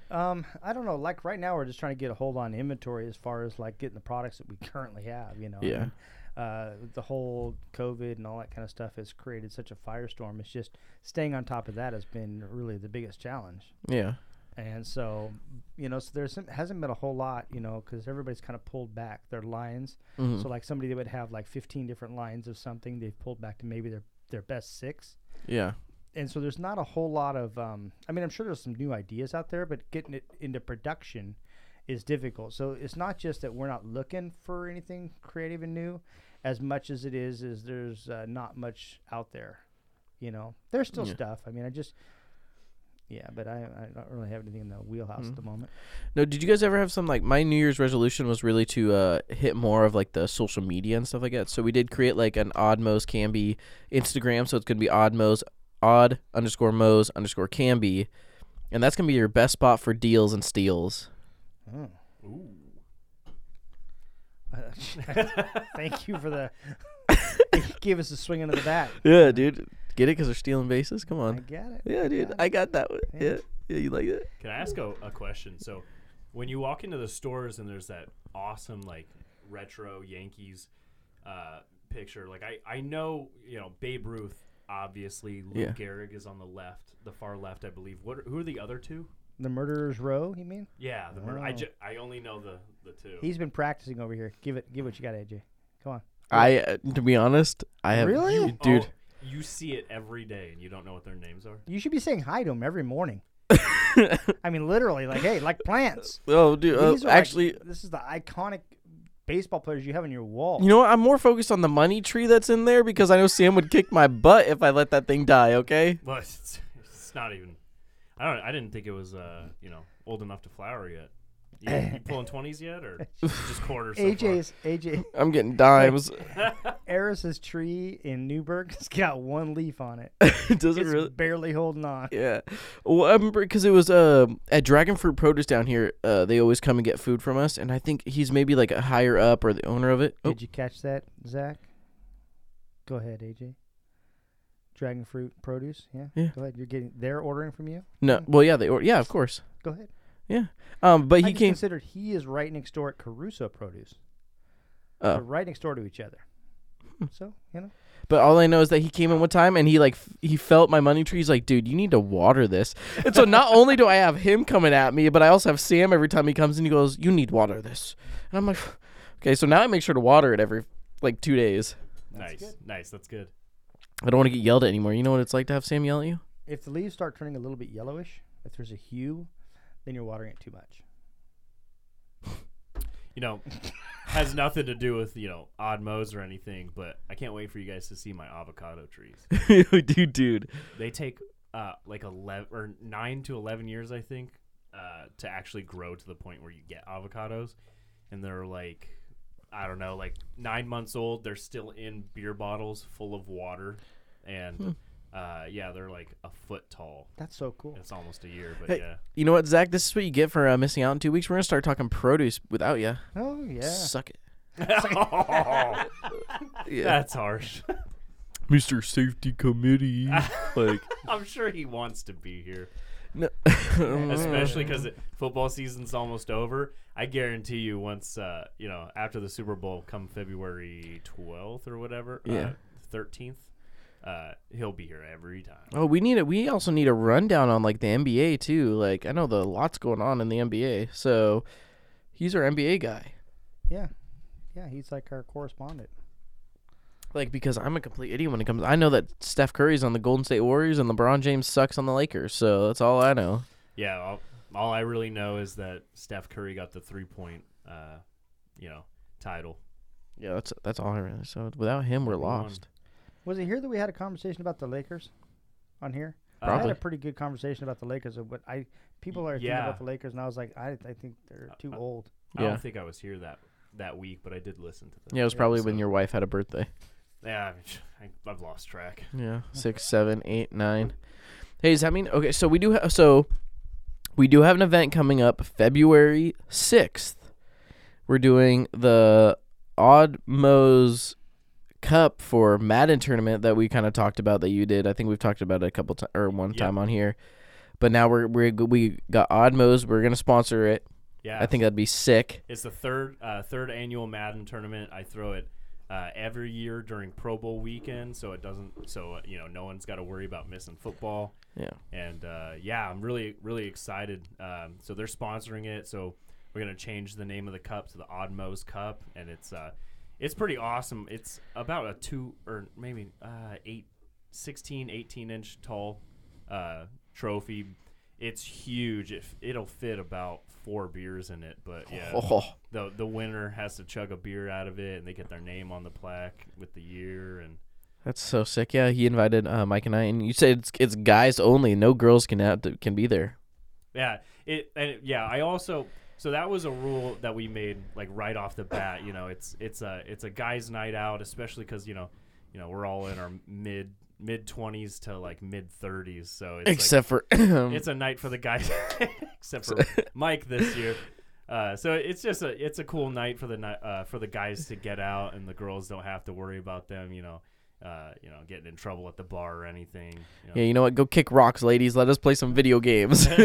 Speaker 2: Um, I don't know. Like right now, we're just trying to get a hold on inventory as far as like getting the products that we currently have. You know, I
Speaker 1: Yeah.
Speaker 2: mean, uh, the whole COVID and all that kind of stuff has created such a firestorm. It's just staying on top of that has been really the biggest challenge.
Speaker 1: yeah,
Speaker 2: And so, you know, so there hasn't been a whole lot, you know, because everybody's kind of pulled back their lines. So like somebody that would have like 15 different lines of something, they've pulled back to maybe their their best six
Speaker 1: yeah,
Speaker 2: and so there's not a whole lot of um, i mean i'm sure there's some new ideas out there but getting it into production is difficult so it's not just that we're not looking for anything creative and new as much as it is is there's uh, not much out there you know there's still stuff i mean i just yeah but i, I don't really have anything in the wheelhouse at the moment
Speaker 1: No, did you guys ever have some like my New Year's resolution was really to uh, hit more of like the social media and stuff like that. So we did create like an Oddmos Canby Instagram. So it's gonna be Oddmos Odd underscore Mos underscore Canby, and that's gonna be your best spot for deals and steals.
Speaker 2: thank you for the give us a swing into the back
Speaker 1: Yeah, dude, get it because they're stealing bases. Come on.
Speaker 2: i get it
Speaker 1: Yeah, dude, I got that one. Yeah, yeah, you like it?
Speaker 3: Can I ask a, a question? So, when you walk into the stores and there's that awesome like retro Yankees uh, picture, like I I know you know Babe Ruth obviously, Lou
Speaker 1: Yeah.
Speaker 3: Gehrig is on the left, the far left, I believe. What are- who are the other two?
Speaker 2: The Murderer's Row, you mean?
Speaker 3: Yeah, the murder.
Speaker 1: Oh.
Speaker 3: I,
Speaker 2: Wow.
Speaker 3: ju- I only know the the two.
Speaker 2: He's been practicing over here. Give it, give what you got, AJ. Come on.
Speaker 1: I uh, to be honest, I have
Speaker 2: Really?
Speaker 1: you-
Speaker 2: You-
Speaker 3: Oh,
Speaker 1: dude.
Speaker 3: you see it every day, and you don't know what their names are.
Speaker 2: You should be saying hi to him every morning. I mean, literally, like, hey, like plants.
Speaker 1: Oh, dude.
Speaker 2: These
Speaker 1: Uh,
Speaker 2: are like-
Speaker 1: actually,
Speaker 2: this is the iconic baseball players you have on your wall.
Speaker 1: you know what? I'm more focused on the money tree that's in there because I know Sam would kick my butt if I let that thing die. Okay.
Speaker 3: Well, it's, it's not even. I don't. I didn't think it was uh you know old enough to flower yet. You, you pulling twenties yet, or just quarters? So far?
Speaker 2: AJ's AJ
Speaker 1: I'm getting dimes.
Speaker 2: Eris's tree in Newburgh has got one leaf on it.
Speaker 1: it doesn't
Speaker 2: It's
Speaker 1: really.
Speaker 2: barely holding on.
Speaker 1: Yeah. Well, I remember because it was uh, at Dragon Fruit Produce down here. Uh, they always come and get food from us, and I think he's maybe like a higher up or the owner of it. Oh,
Speaker 2: Did you catch that, Zach? Go ahead, AJ. Dragon fruit produce. Yeah.
Speaker 1: Yeah.
Speaker 2: Go ahead. You're getting. They're ordering from you.
Speaker 1: no. Well, yeah, they or yeah, of course.
Speaker 2: Go ahead.
Speaker 1: Yeah. Um, but
Speaker 2: I
Speaker 1: he
Speaker 2: just
Speaker 1: came.
Speaker 2: considered he is right next door at Caruso Produce.
Speaker 1: Oh. Hmm.
Speaker 2: They're right next door to each other. So you know.
Speaker 1: But all I know is that he came in one time and he like f- he felt my money tree. He's like, dude, you need to water this. And so not only do I have him coming at me, but I also have Sam every time he comes and he goes, you need water this. And I'm like, okay. So now I make sure to water it every like two days.
Speaker 3: nice, nice. That's good.
Speaker 1: I don't want to get yelled at anymore. You know what it's like to have Sam yell at you?
Speaker 2: If the leaves start turning a little bit yellowish, if there's a hue, then you're watering it too much.
Speaker 3: You know, has nothing to do with you know odd modes or anything. But I can't wait for you guys to see my avocado trees.
Speaker 1: dude, dude.
Speaker 3: they take uh like 11 or 9 to 11 years i think uh to actually grow to the point where you get avocados and they're like i don't know like 9 months old they're still in beer bottles full of water and uh yeah they're like a foot tall
Speaker 2: That's so cool.
Speaker 3: it's almost a year but
Speaker 1: Hey.
Speaker 3: yeah
Speaker 1: You know what, Zach? This is what you get for uh, missing out in two weeks. We're gonna start talking produce without you.
Speaker 2: Oh yeah.
Speaker 1: Suck it,
Speaker 3: that's harsh
Speaker 1: Mister Safety Committee. like,
Speaker 3: i'm sure he wants to be here
Speaker 1: no.
Speaker 3: especially because football season's almost over. I guarantee you, once uh, you know, after the Super Bowl, come February twelfth or whatever, uh,
Speaker 1: Yeah.
Speaker 3: thirteenth, uh, he'll be here every time.
Speaker 1: Oh, we need it. We also need a rundown on like the NBA too. Like I know the lots going on in the NBA, so he's our NBA guy.
Speaker 2: Yeah. Yeah, he's like our correspondent.
Speaker 1: Like because I'm a complete idiot when it comes. I know that Steph Curry's on the Golden State Warriors and LeBron James sucks on the Lakers, so that's all I know.
Speaker 3: Yeah, all, all I really know is that Steph Curry got the three point, uh, you know, title.
Speaker 1: Yeah, that's that's all I really. So without him, we're lost.
Speaker 2: Was it here that we had a conversation about the Lakers? On here,
Speaker 3: Uh,
Speaker 2: I had
Speaker 1: Probably.
Speaker 2: a pretty good conversation about the Lakers. Of what I people are thinking
Speaker 3: Yeah. Uh,
Speaker 2: about the Lakers, and I was like, I, I think they're too old.
Speaker 3: I
Speaker 1: Yeah.
Speaker 3: don't think I was here that that week, but I did listen to that.
Speaker 1: Yeah, it was probably when
Speaker 3: episode.
Speaker 1: your wife had a birthday.
Speaker 3: Yeah, I, I've lost track.
Speaker 1: Yeah, six, seven, eight, nine. Hey, does that mean okay? So we do ha- so we do have an event coming up February sixth. We're doing the Odd Mo's Cup for Madden tournament that we kind of talked about that you did. I think we've talked about it a couple times or one
Speaker 3: Yep.
Speaker 1: time on here. But now we're we we got Odd Mo's. We're gonna sponsor it.
Speaker 3: Yeah,
Speaker 1: I think that'd be sick.
Speaker 3: It's the third uh, third annual Madden tournament. I throw it uh, every year during Pro Bowl weekend, so it doesn't. So uh, you know, no one's got to worry about missing football.
Speaker 1: Yeah.
Speaker 3: And uh, yeah, I'm really really excited. Um, so they're sponsoring it. So we're gonna change the name of the cup to the Oddmo's Cup, and it's uh, it's pretty awesome. It's about a two or maybe uh, eight, 16, 18 inch tall uh, trophy. It's huge. It, f- it'll fit about four beers in it, but yeah
Speaker 1: Oh,
Speaker 3: the the winner has to chug a beer out of it, and they get their name on the plaque with the year. And
Speaker 1: that's so sick. Yeah, he invited uh, Mike and I, and you said it's it's guys only. No girls can have to, can be there.
Speaker 3: yeah, it and it- yeah. I also so that was a rule that we made like right off the bat. You know, it's it's a it's a guys' night out, especially because you know you know we're all in our mid mid twenties to like mid thirties. So it's like,
Speaker 1: except for
Speaker 3: it's a night for the guys, except for Mike this year. Uh, so it's just a it's a cool night for the ni- uh, for the guys to get out, and the girls don't have to worry about them, you know, uh, you know, getting in trouble at the bar or anything. you know.
Speaker 1: yeah. You know what? Go kick rocks, ladies. Let us play some video games.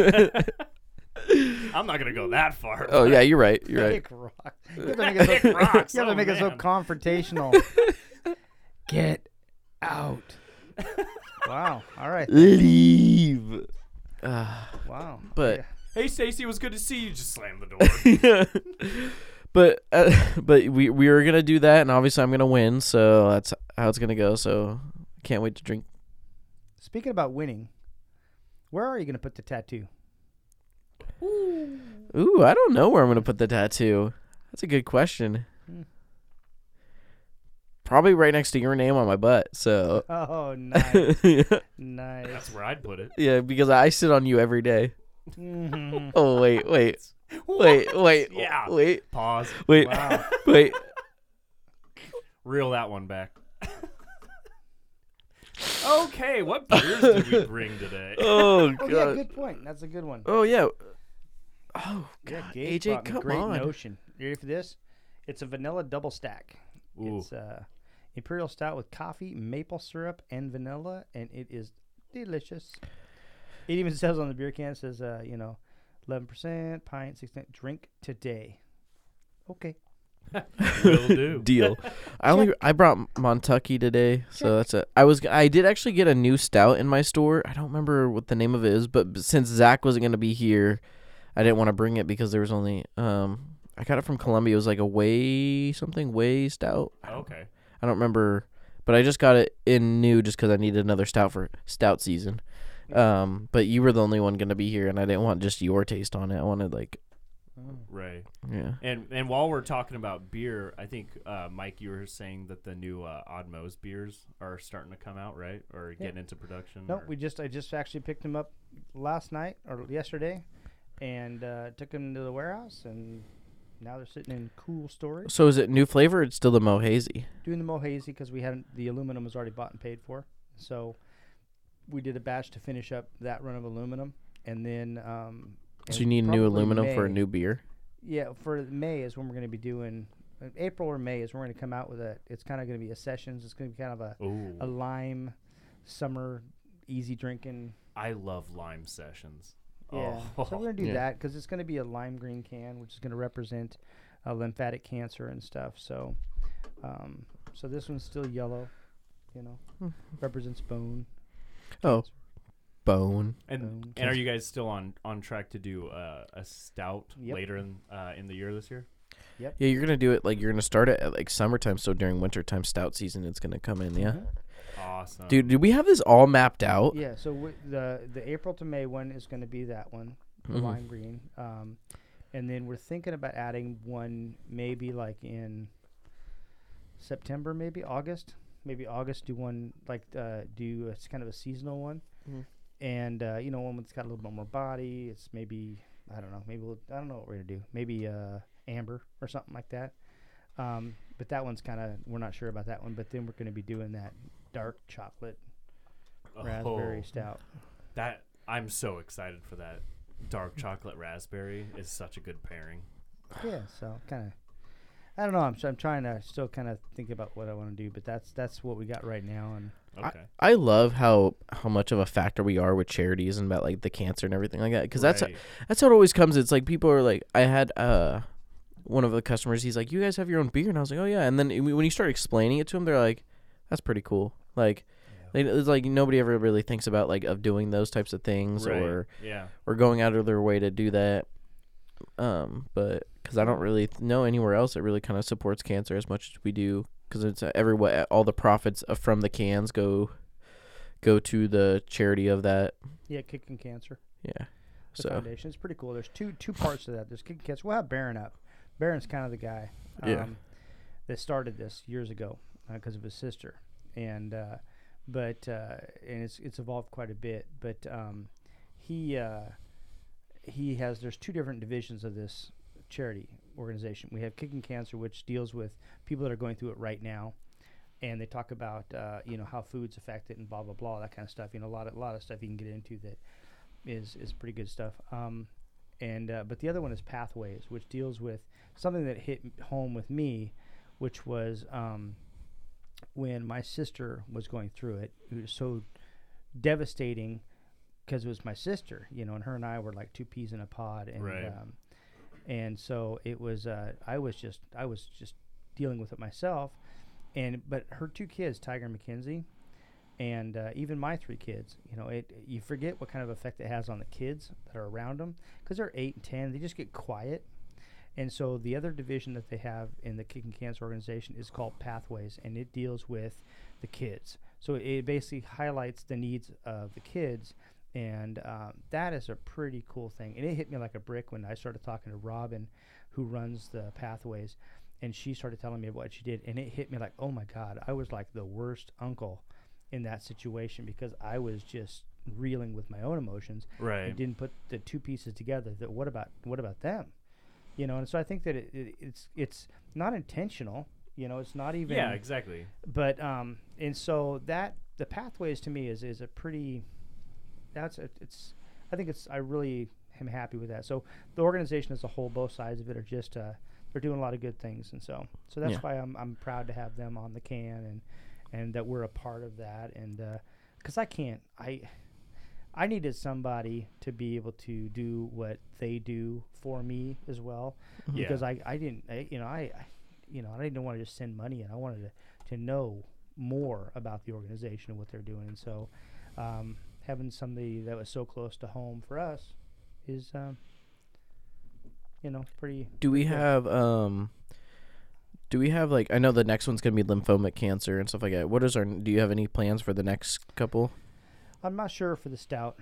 Speaker 3: I'm not gonna go that far.
Speaker 1: oh yeah, you're right. You're right.
Speaker 2: Kick rock. You have to make it so, you have
Speaker 3: rocks,
Speaker 2: to
Speaker 3: oh,
Speaker 2: make it so
Speaker 3: man.
Speaker 2: confrontational. Get out. wow. All right.
Speaker 1: Leave.
Speaker 2: Wow. Oh,
Speaker 1: But
Speaker 2: Yeah.
Speaker 3: "Hey, Stacy, it was good to see you." Just slam the door.
Speaker 1: but uh, but we we were gonna do that, and obviously I'm gonna win, so that's how it's gonna go. So can't wait to drink.
Speaker 2: Speaking about winning, where are you going to put the tattoo?
Speaker 1: Ooh, I don't know where I'm gonna put the tattoo. That's a good question. Probably right next to your name on my butt. So
Speaker 2: Oh, nice, nice.
Speaker 3: That's where I'd put it.
Speaker 1: yeah, because I sit on you every day. oh wait, wait, wait, wait,
Speaker 3: Mm-hmm. Yeah.
Speaker 1: wait,
Speaker 3: Pause.
Speaker 1: wait, wait.
Speaker 3: Reel that one back. okay, what beers did we bring today?
Speaker 1: Oh
Speaker 2: Oh,
Speaker 1: god.
Speaker 2: yeah, good point. That's a good one.
Speaker 1: Oh yeah.
Speaker 2: Yeah,
Speaker 1: AJ,
Speaker 2: brought me a
Speaker 1: come
Speaker 2: great
Speaker 1: on.
Speaker 2: notion. You ready for this? It's a vanilla double stack.
Speaker 3: Ooh.
Speaker 2: It's uh, imperial stout with coffee, maple syrup, and vanilla, and it is delicious. It even says on the beer can, it says, uh, you know, 11%, pint, 16 drink today. Okay.
Speaker 3: Will do.
Speaker 1: Deal. I only I brought Montucky today, so that's it. I was g- I did actually get a new stout in my store. I don't remember what the name of it is, but b- since Zach wasn't gonna be here, I didn't want to bring it because there was only um I got it from Columbia. It was like a way something way stout.
Speaker 3: Okay.
Speaker 1: I don't remember, but I just got it in new just because I needed another stout for stout season. Um, but you were the only one gonna be here, and I didn't want just your taste on it. I wanted like
Speaker 3: Right.
Speaker 1: yeah.
Speaker 3: And and while we're talking about beer, I think uh, Mike, you were saying that the new uh, Odmos beers are starting to come out, right? Or getting into production.
Speaker 2: No,
Speaker 3: or-
Speaker 2: we just I just actually picked them up last night or yesterday, and uh, took them to the warehouse, and now they're sitting in cool storage,
Speaker 1: So is it new flavor? Or it's still the Mohazy.
Speaker 2: doing the mohazy because we hadn't the aluminum was already bought and paid for, so we did a batch to finish up that run of aluminum, and then um,
Speaker 1: So
Speaker 2: and
Speaker 1: you need new
Speaker 2: probably
Speaker 1: aluminum for a
Speaker 2: May-
Speaker 1: new beer.
Speaker 2: yeah for May is when we're going to be doing uh, April or May is when we're going to come out with a it's kind of going to be a sessions it's going to be kind of
Speaker 1: Oh.
Speaker 2: a
Speaker 3: Ooh.
Speaker 2: a lime summer easy drinking
Speaker 3: I love lime sessions.
Speaker 2: Yeah.
Speaker 3: Oh.
Speaker 2: So we're gonna do
Speaker 1: Yeah.
Speaker 2: that because it's gonna be a lime green can, which is gonna represent uh, lymphatic cancer and stuff. So, um, so this one's still yellow, you know, represents bone.
Speaker 1: Oh, bone.
Speaker 3: And and are you guys still on on track to do uh, a stout
Speaker 2: Yep.
Speaker 3: later in uh, in the year this year?
Speaker 1: Yeah, you're gonna do it like you're gonna start it at like summertime. So during wintertime stout season, it's gonna come in. Yeah,
Speaker 3: Awesome.
Speaker 1: dude, do we have this all mapped out?
Speaker 2: Uh-huh. Yeah. So w- the the April to May one is gonna be that one, the lime green. Um, and then we're thinking about adding one maybe like in September, maybe August, maybe August. Do one like uh, do it's kind of a seasonal one. and uh, you know, one that's got a little bit more body. It's maybe I don't know. Maybe we'll, I don't know what we're gonna do. Maybe uh, amber or something like that. Um, but that one's kind of we're not sure about that one. But then we're gonna be doing that dark chocolate raspberry
Speaker 3: Oh.
Speaker 2: stout.
Speaker 3: That I'm so excited for that. Dark chocolate raspberry is such a good pairing.
Speaker 2: Yeah. So kind of. I don't know. I'm, s- I'm trying to still kind of think about what I want to do, but that's that's what we got right now. And
Speaker 3: Okay.
Speaker 1: I love how how much of a factor we are with charities and about like the cancer and everything like that. Because
Speaker 3: Right.
Speaker 1: that's that's how it always comes. It's like people are like, I had uh one of the customers. He's like, you guys have your own beer, and I was like, oh yeah. And then it- when you start explaining it to them, they're like, that's pretty cool. Like, they, it's like nobody ever really thinks about like of doing those types of things
Speaker 3: Right.
Speaker 1: or
Speaker 3: yeah.
Speaker 1: or going out of their way to do that. Um, but because I don't really th- know anywhere else that really kind of supports cancer as much as we do, because it's uh, every way all the profits uh, from the cans go go to the charity of that.
Speaker 2: yeah, kicking cancer.
Speaker 1: Yeah.
Speaker 2: the
Speaker 1: So
Speaker 2: foundation. It's pretty cool. There's two two parts to that. There's kick and catch. We'll have Baron up. Baron's kind of the guy um,
Speaker 1: Yeah.
Speaker 2: that started this years ago because of his sister, and uh, but uh, and it's it's evolved quite a bit. But um, he uh, he has there's two different divisions of this charity organization. We have Kicking Cancer, which deals with people that are going through it right now, and they talk about uh, you know how food's affected and blah blah blah that kind of stuff. You know a lot of, a lot of stuff you can get into that is is pretty good stuff. Um, and uh, but the other one is Pathways, which deals with something that hit m- home with me, which was um, when my sister was going through it. It was so devastating because it was my sister, you know, and her and I were like two peas in a pod, and
Speaker 3: Right.
Speaker 2: um, and so it was. Uh, I was just I was just dealing with it myself, and but her two kids, Tiger and Mackenzie, and uh, even my three kids. You know, it you forget what kind of effect it has on the kids that are around them because they're eight and ten. They just get quiet. And so the other division that they have in the Kicking Cancer organization is called Pathways, and it deals with the kids. So it basically highlights the needs of the kids, and um, that is a pretty cool thing. And it hit me like a brick when I started talking to Robin, who runs the Pathways, and she started telling me what she did, and it hit me like, oh my god, I was like the worst uncle in that situation because I was just reeling with my own emotions
Speaker 3: Right.
Speaker 2: and didn't put the two pieces together. That what about what about them? You know, and so I think that it, it, it's it's not intentional. You know, it's not even.
Speaker 3: Yeah, exactly.
Speaker 2: But um, and so that the pathways to me is is a pretty. That's a, it's. I think it's. I really am happy with that. So the organization as a whole, both sides of it are just. Uh, they're doing a lot of good things, and so so that's
Speaker 1: Yeah.
Speaker 2: why I'm I'm proud to have them on the can and and that we're a part of that and because I can't I. I needed somebody to be able to do what they do for me as well,
Speaker 3: Yeah.
Speaker 2: because I, I didn't I, you know I, I you know I didn't want to just send money and I wanted to, to know more about the organization and what they're doing and so um, having somebody that was so close to home for us is um, you know pretty
Speaker 1: Do we have um do we have like I know the next one's going to be lymphomic cancer and stuff like that. What is our do you have any plans for the next couple?
Speaker 2: I'm not sure for the stout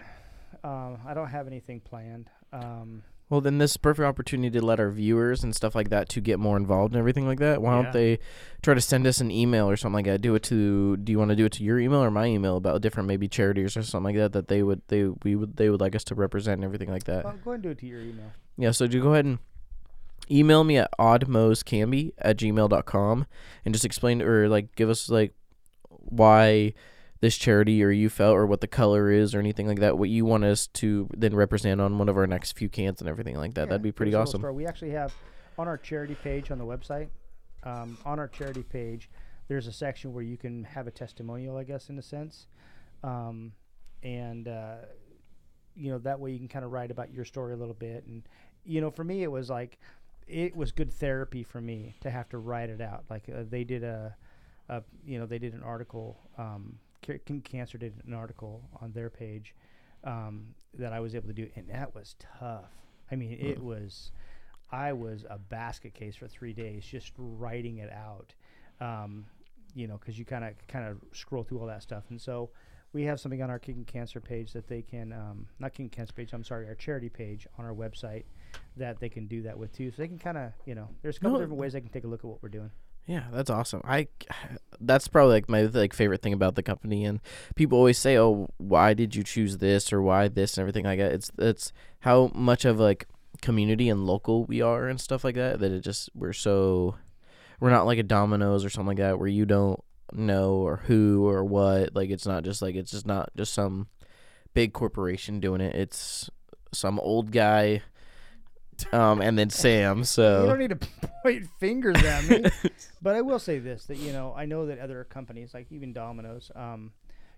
Speaker 2: um, I don't have anything planned um,
Speaker 1: Well, then this is a perfect opportunity to let our viewers and stuff like that to get more involved and everything like that. Why
Speaker 3: Yeah.
Speaker 1: don't they try to send us an email or something like that? Do it to do you want to do it to your email or my email about different maybe charities or something like that that they would they we would they would like us to represent and everything like that.
Speaker 2: well, go and do it to your email
Speaker 1: Yeah, so do go ahead and email me at oddmoscanby at gmail.com and just explain or like give us like why this charity or you felt or what the color is or anything like that, what you want us to then represent on one of our next few cans and everything like that.
Speaker 2: Yeah,
Speaker 1: That'd be
Speaker 2: give
Speaker 1: pretty
Speaker 2: us a little
Speaker 1: awesome.
Speaker 2: story. We actually have on our charity page on the website, um, on our charity page, there's a section where you can have a testimonial, I guess, in a sense, um, and uh, you know that way you can kind of write about your story a little bit. And you know, for me, it was like it was good therapy for me to have to write it out. Like uh, they did a, a, you know, they did an article. Um, Ca- King Cancer did an article on their page um, that I was able to do, and that was tough. I mean, it was. I was a basket case for three days just writing it out, um, you know, because you kind of kind of scroll through all that stuff, and so we have something on our King Cancer page that they can um, not King Cancer page, I'm sorry, our charity page on our website that they can do that with too. So they can kind of you know, there's a couple
Speaker 1: No,
Speaker 2: different ways they can take a look at what we're doing.
Speaker 1: Yeah, that's awesome. I that's probably like my like favorite thing about the company and people always say, "Oh, why did you choose this or why this and everything like that?" It's it's how much of like community and local we are and stuff like that that it just we're so we're not like a Domino's or something like that where you don't know or who or what. Like it's not just like it's just not just some big corporation doing it. It's some old guy um and then Sam, so
Speaker 2: You don't need to point fingers at me. but I will say this: that you know, I know that other companies, like even Domino's, um,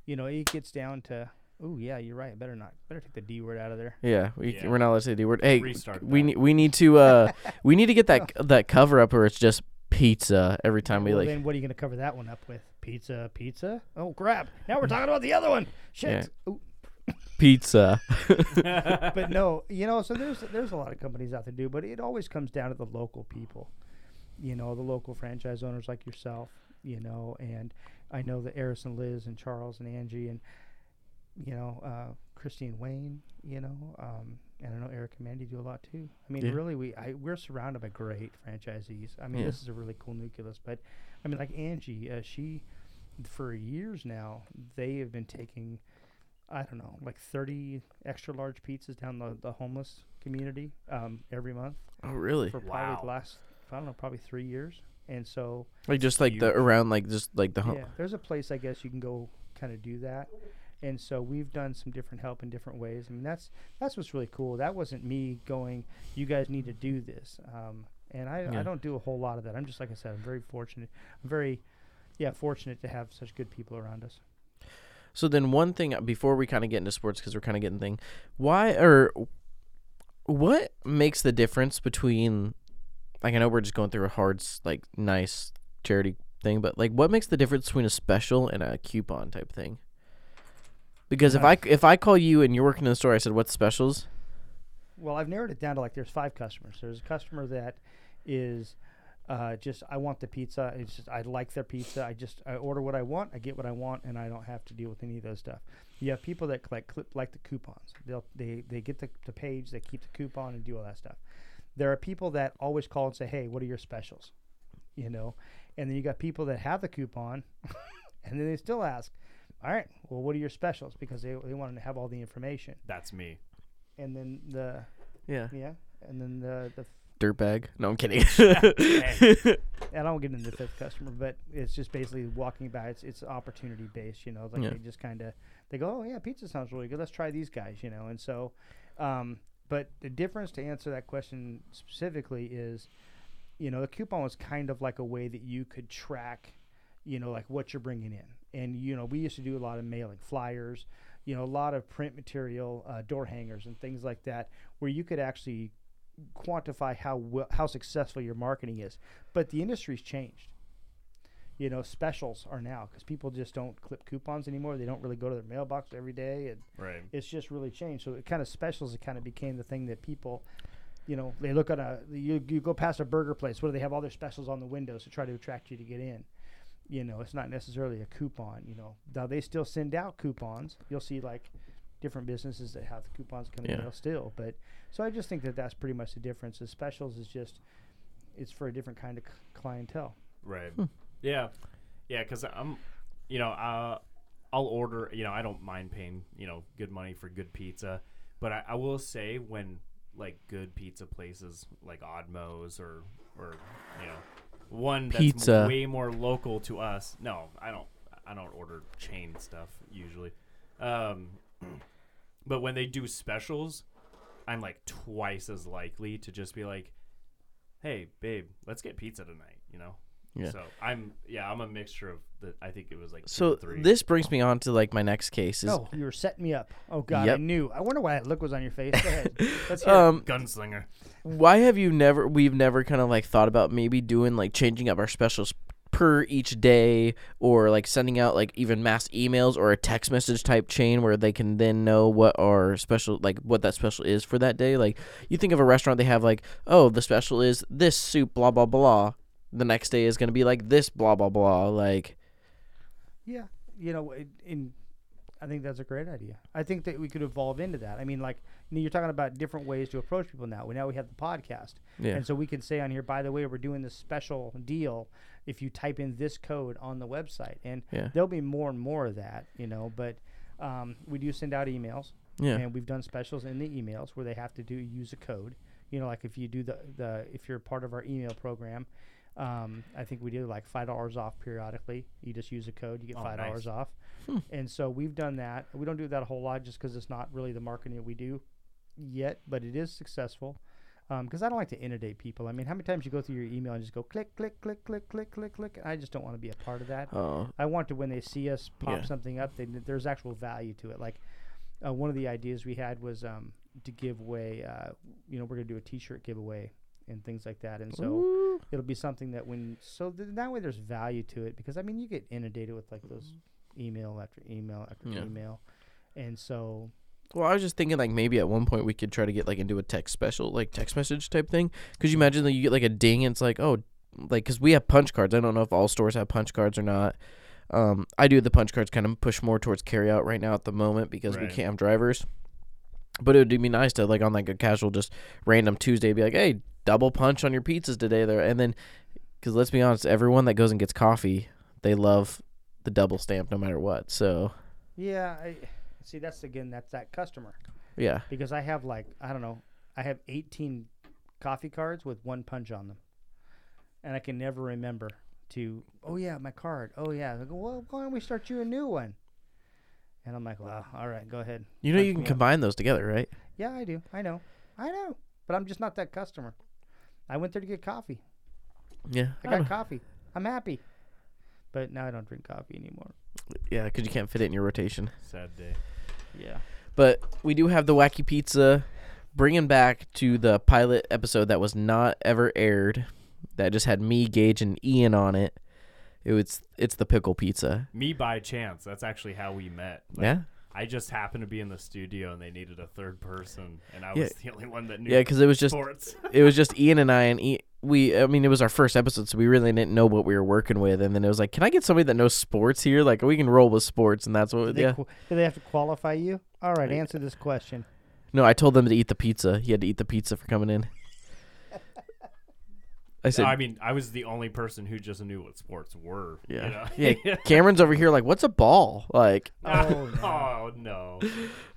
Speaker 2: you know, it gets down to, oh yeah, you're right. Better not. Better take the D word out of there.
Speaker 1: Yeah, we,
Speaker 3: Yeah.
Speaker 1: we're not allowed to say the word. Hey,
Speaker 3: Restart
Speaker 1: we
Speaker 3: that.
Speaker 1: ne- we need to uh we need to get that that cover up where it's just pizza every time we
Speaker 2: Well,
Speaker 1: like.
Speaker 2: then what are you going to cover that one up with? Pizza, pizza. Oh crap! Now we're talking about the other one. Shit. Ooh.
Speaker 1: pizza.
Speaker 2: but no, you know, so there's there's a lot of companies out there do, but it always comes down to the local people. You know, the local franchise owners like yourself, you know, and I know that Eris and Liz and Charles and Angie and you know, uh Christine Wayne, you know, um and I know Eric and Mandy do a lot too. I mean,
Speaker 1: Yeah.
Speaker 2: really, we I, we're surrounded by great franchisees. I mean,
Speaker 1: Yeah.
Speaker 2: this is a really cool nucleus. But I mean, like Angie, uh, she for years now they have been taking I don't know, like 30 extra large pizzas down the, the homeless community um, every month
Speaker 1: oh really?
Speaker 2: for probably
Speaker 3: Wow.
Speaker 2: the last, I don't know, probably three years. And so,
Speaker 1: Like just like the
Speaker 3: huge.
Speaker 1: around like just like the home.
Speaker 2: yeah, there's a place I guess you can go kind of do that. And so we've done some different help in different ways. I mean, that's that's what's really cool. That wasn't me going, you guys need to do this. Um, and I,
Speaker 1: Yeah.
Speaker 2: I don't do a whole lot of that. I'm just, like I said, I'm very fortunate. I'm very, yeah, fortunate to have such good people around us.
Speaker 1: So then one thing uh, before we kind of get into sports because we're kind of getting thing. Why or what makes the difference between like I know we're just going through a hard s- like nice charity thing, but like, what makes the difference between a special and a coupon type thing? Because if I if I call you and you're working in the store, I said, "What's specials?"
Speaker 2: Well, I've narrowed it down to like there's five customers. There's a customer that is uh, just I want the pizza. It's just I like their pizza. I just I order what I want. I get what I want, and I don't have to deal with any of those stuff. You have people that like clip, like the coupons. They'll they they get the, the page. They keep the coupon and do all that stuff. There are people that always call and say, "Hey, what are your specials?" You know, and then you got people that have the coupon, and then they still ask, "All right, well, what are your specials?" Because they they want to have all the information.
Speaker 3: That's me.
Speaker 2: And then the
Speaker 1: Yeah,
Speaker 2: yeah, and then the the
Speaker 1: dirtbag. No, I'm kidding.
Speaker 2: and I won't get into the fifth customer, but it's just basically walking by. It's it's opportunity based, you know. Like
Speaker 1: Yeah.
Speaker 2: they just kind of they go, oh yeah, pizza sounds really good. Let's try these guys, you know. And so, um, but the difference to answer that question specifically is, you know, the coupon was kind of like a way that you could track, you know, like what you're bringing in. And you know, we used to do a lot of mailing flyers, you know, a lot of print material, uh, door hangers, and things like that, where you could actually quantify how well, how successful your marketing is. But the industry's changed. You know, specials are now because people just don't clip coupons anymore. They don't really go to their mailbox every day, and
Speaker 3: Right.
Speaker 2: it's just really changed. So it kind of specials. It kind of became the thing that people, you know, they look at a you you go past a burger place. What do they have all their specials on the windows to try to attract you to get in? You know, it's not necessarily a coupon. You know, now they still send out coupons. You'll see like different businesses that have the coupons coming
Speaker 1: Yeah.
Speaker 2: out still. But so I just think that that's pretty much the difference. The specials is just it's for a different kind of c- clientele.
Speaker 3: Right. Yeah. Yeah, because I'm, you know, uh, I'll order, you know, I don't mind paying, you know, good money for good pizza. But I, I will say when, like, good pizza places like Odmo's or, or you know, one that's m-
Speaker 1: Pizza.
Speaker 3: way more local to us. No, I don't. I don't order chain stuff usually. Um, but when they do specials, I'm like twice as likely to just be like, "Hey, babe, let's get pizza tonight," you know.
Speaker 1: Yeah.
Speaker 3: So I'm yeah I'm a mixture of the I think it was like two
Speaker 1: so
Speaker 3: and three.
Speaker 1: this brings me on to like my next case. Is,
Speaker 2: No, Oh, you were setting me up. Oh God, I
Speaker 1: Yep.
Speaker 2: knew. I wonder why that look was on your face. Go ahead. Let's hear it.
Speaker 1: Um,
Speaker 3: gunslinger.
Speaker 1: why have you never we've never kind of like thought about maybe doing like changing up our specials per each day or like sending out like even mass emails or a text message type chain where they can then know what our special like what that special is for that day like you think of a restaurant they have like oh the special is this soup blah blah blah the next day is going to be like this blah blah blah like
Speaker 2: Yeah, you know, it, in I think that's a great idea. I think that we could evolve into that. I mean, like you know, you're talking about different ways to approach people now. Well, now we have the podcast,
Speaker 1: Yeah.
Speaker 2: and so we can say on here, by the way, we're doing this special deal if you type in this code on the website, and
Speaker 1: Yeah.
Speaker 2: there'll be more and more of that, you know. But um, we do send out emails,
Speaker 1: Yeah.
Speaker 2: and we've done specials in the emails where they have to do use a code. You know, like if you do the, the if you're part of our email program, um, I think we do like five dollars off periodically. You just use a code, you get
Speaker 3: Oh,
Speaker 2: five dollars off, and so we've done that. We don't do that a whole lot just because it's not really the marketing that we do yet, but it is successful. Because I don't like to inundate people. I mean, how many times you go through your email and just go click, click, click, click, click, click, click? I just don't want to be a part of that.
Speaker 1: oh
Speaker 2: I want to when they see us pop
Speaker 1: Yeah.
Speaker 2: something up, they, that there's actual value to it. Like uh, one of the ideas we had was um, to give away. Uh, you know, we're gonna do a T-shirt giveaway and things like that, and so it'll be something that when so th- that way there's value to it because I mean you get inundated with like those email after email after
Speaker 1: Mm-hmm. Yeah.
Speaker 2: email, and so
Speaker 1: Well, I was just thinking like maybe at one point we could try to get like into a text special, like text message type thing. Because you imagine that you get like a ding, and it's like oh, like because we have punch cards. I don't know if all stores have punch cards or not. Um, I do the punch cards kind of push more towards carry out right now at the moment because we
Speaker 3: Right.
Speaker 1: can't have drivers. But it would be nice to like on like a casual, just random Tuesday, be like, hey, double punch on your pizzas today, there, and then because let's be honest, everyone that goes and gets coffee, they love the double stamp no matter what. So
Speaker 2: yeah, I, see that's again that's that customer
Speaker 1: yeah,
Speaker 2: because I have like I don't know I have 18 coffee cards with one punch on them, and I can never remember to oh yeah my card oh yeah I go, well why don't we start you a new one, and I'm like well all right go ahead
Speaker 1: you know
Speaker 2: punch
Speaker 1: you can
Speaker 2: me up."
Speaker 1: combine those together, right?
Speaker 2: yeah I do I know I know but I'm just not that customer. I went there to get coffee.
Speaker 1: Yeah,
Speaker 2: I
Speaker 1: don't-
Speaker 2: got coffee. I'm happy. But now I don't drink coffee anymore.
Speaker 1: Yeah, because you can't fit it in your rotation.
Speaker 3: Sad day.
Speaker 2: Yeah.
Speaker 1: But we do have the wacky pizza, bringing back to the pilot episode that was not ever aired, that just had me, Gage, and Ian on it. It was it's the pickle pizza.
Speaker 3: Me by chance. That's actually how we met. Like,
Speaker 1: Yeah.
Speaker 3: I just happened to be in the studio and they needed a third person, and I
Speaker 1: Yeah.
Speaker 3: was the only one that knew.
Speaker 1: Yeah, because it was just
Speaker 3: sports.
Speaker 1: it was just Ian and I and I, we I mean it was our first episode so we really didn't know what we were working with and then it was like can I get somebody that knows sports here like we can roll with sports and that's what
Speaker 2: Did they,
Speaker 1: yeah
Speaker 2: qu- did they have to qualify you? All right, answer this question.
Speaker 1: no I told them to eat the pizza he had to eat the pizza for coming in I said
Speaker 3: No, I mean, I was the only person who just knew what sports were. you
Speaker 1: yeah
Speaker 3: know?
Speaker 1: yeah Cameron's over here like what's a ball like
Speaker 2: Oh, no.
Speaker 3: oh no!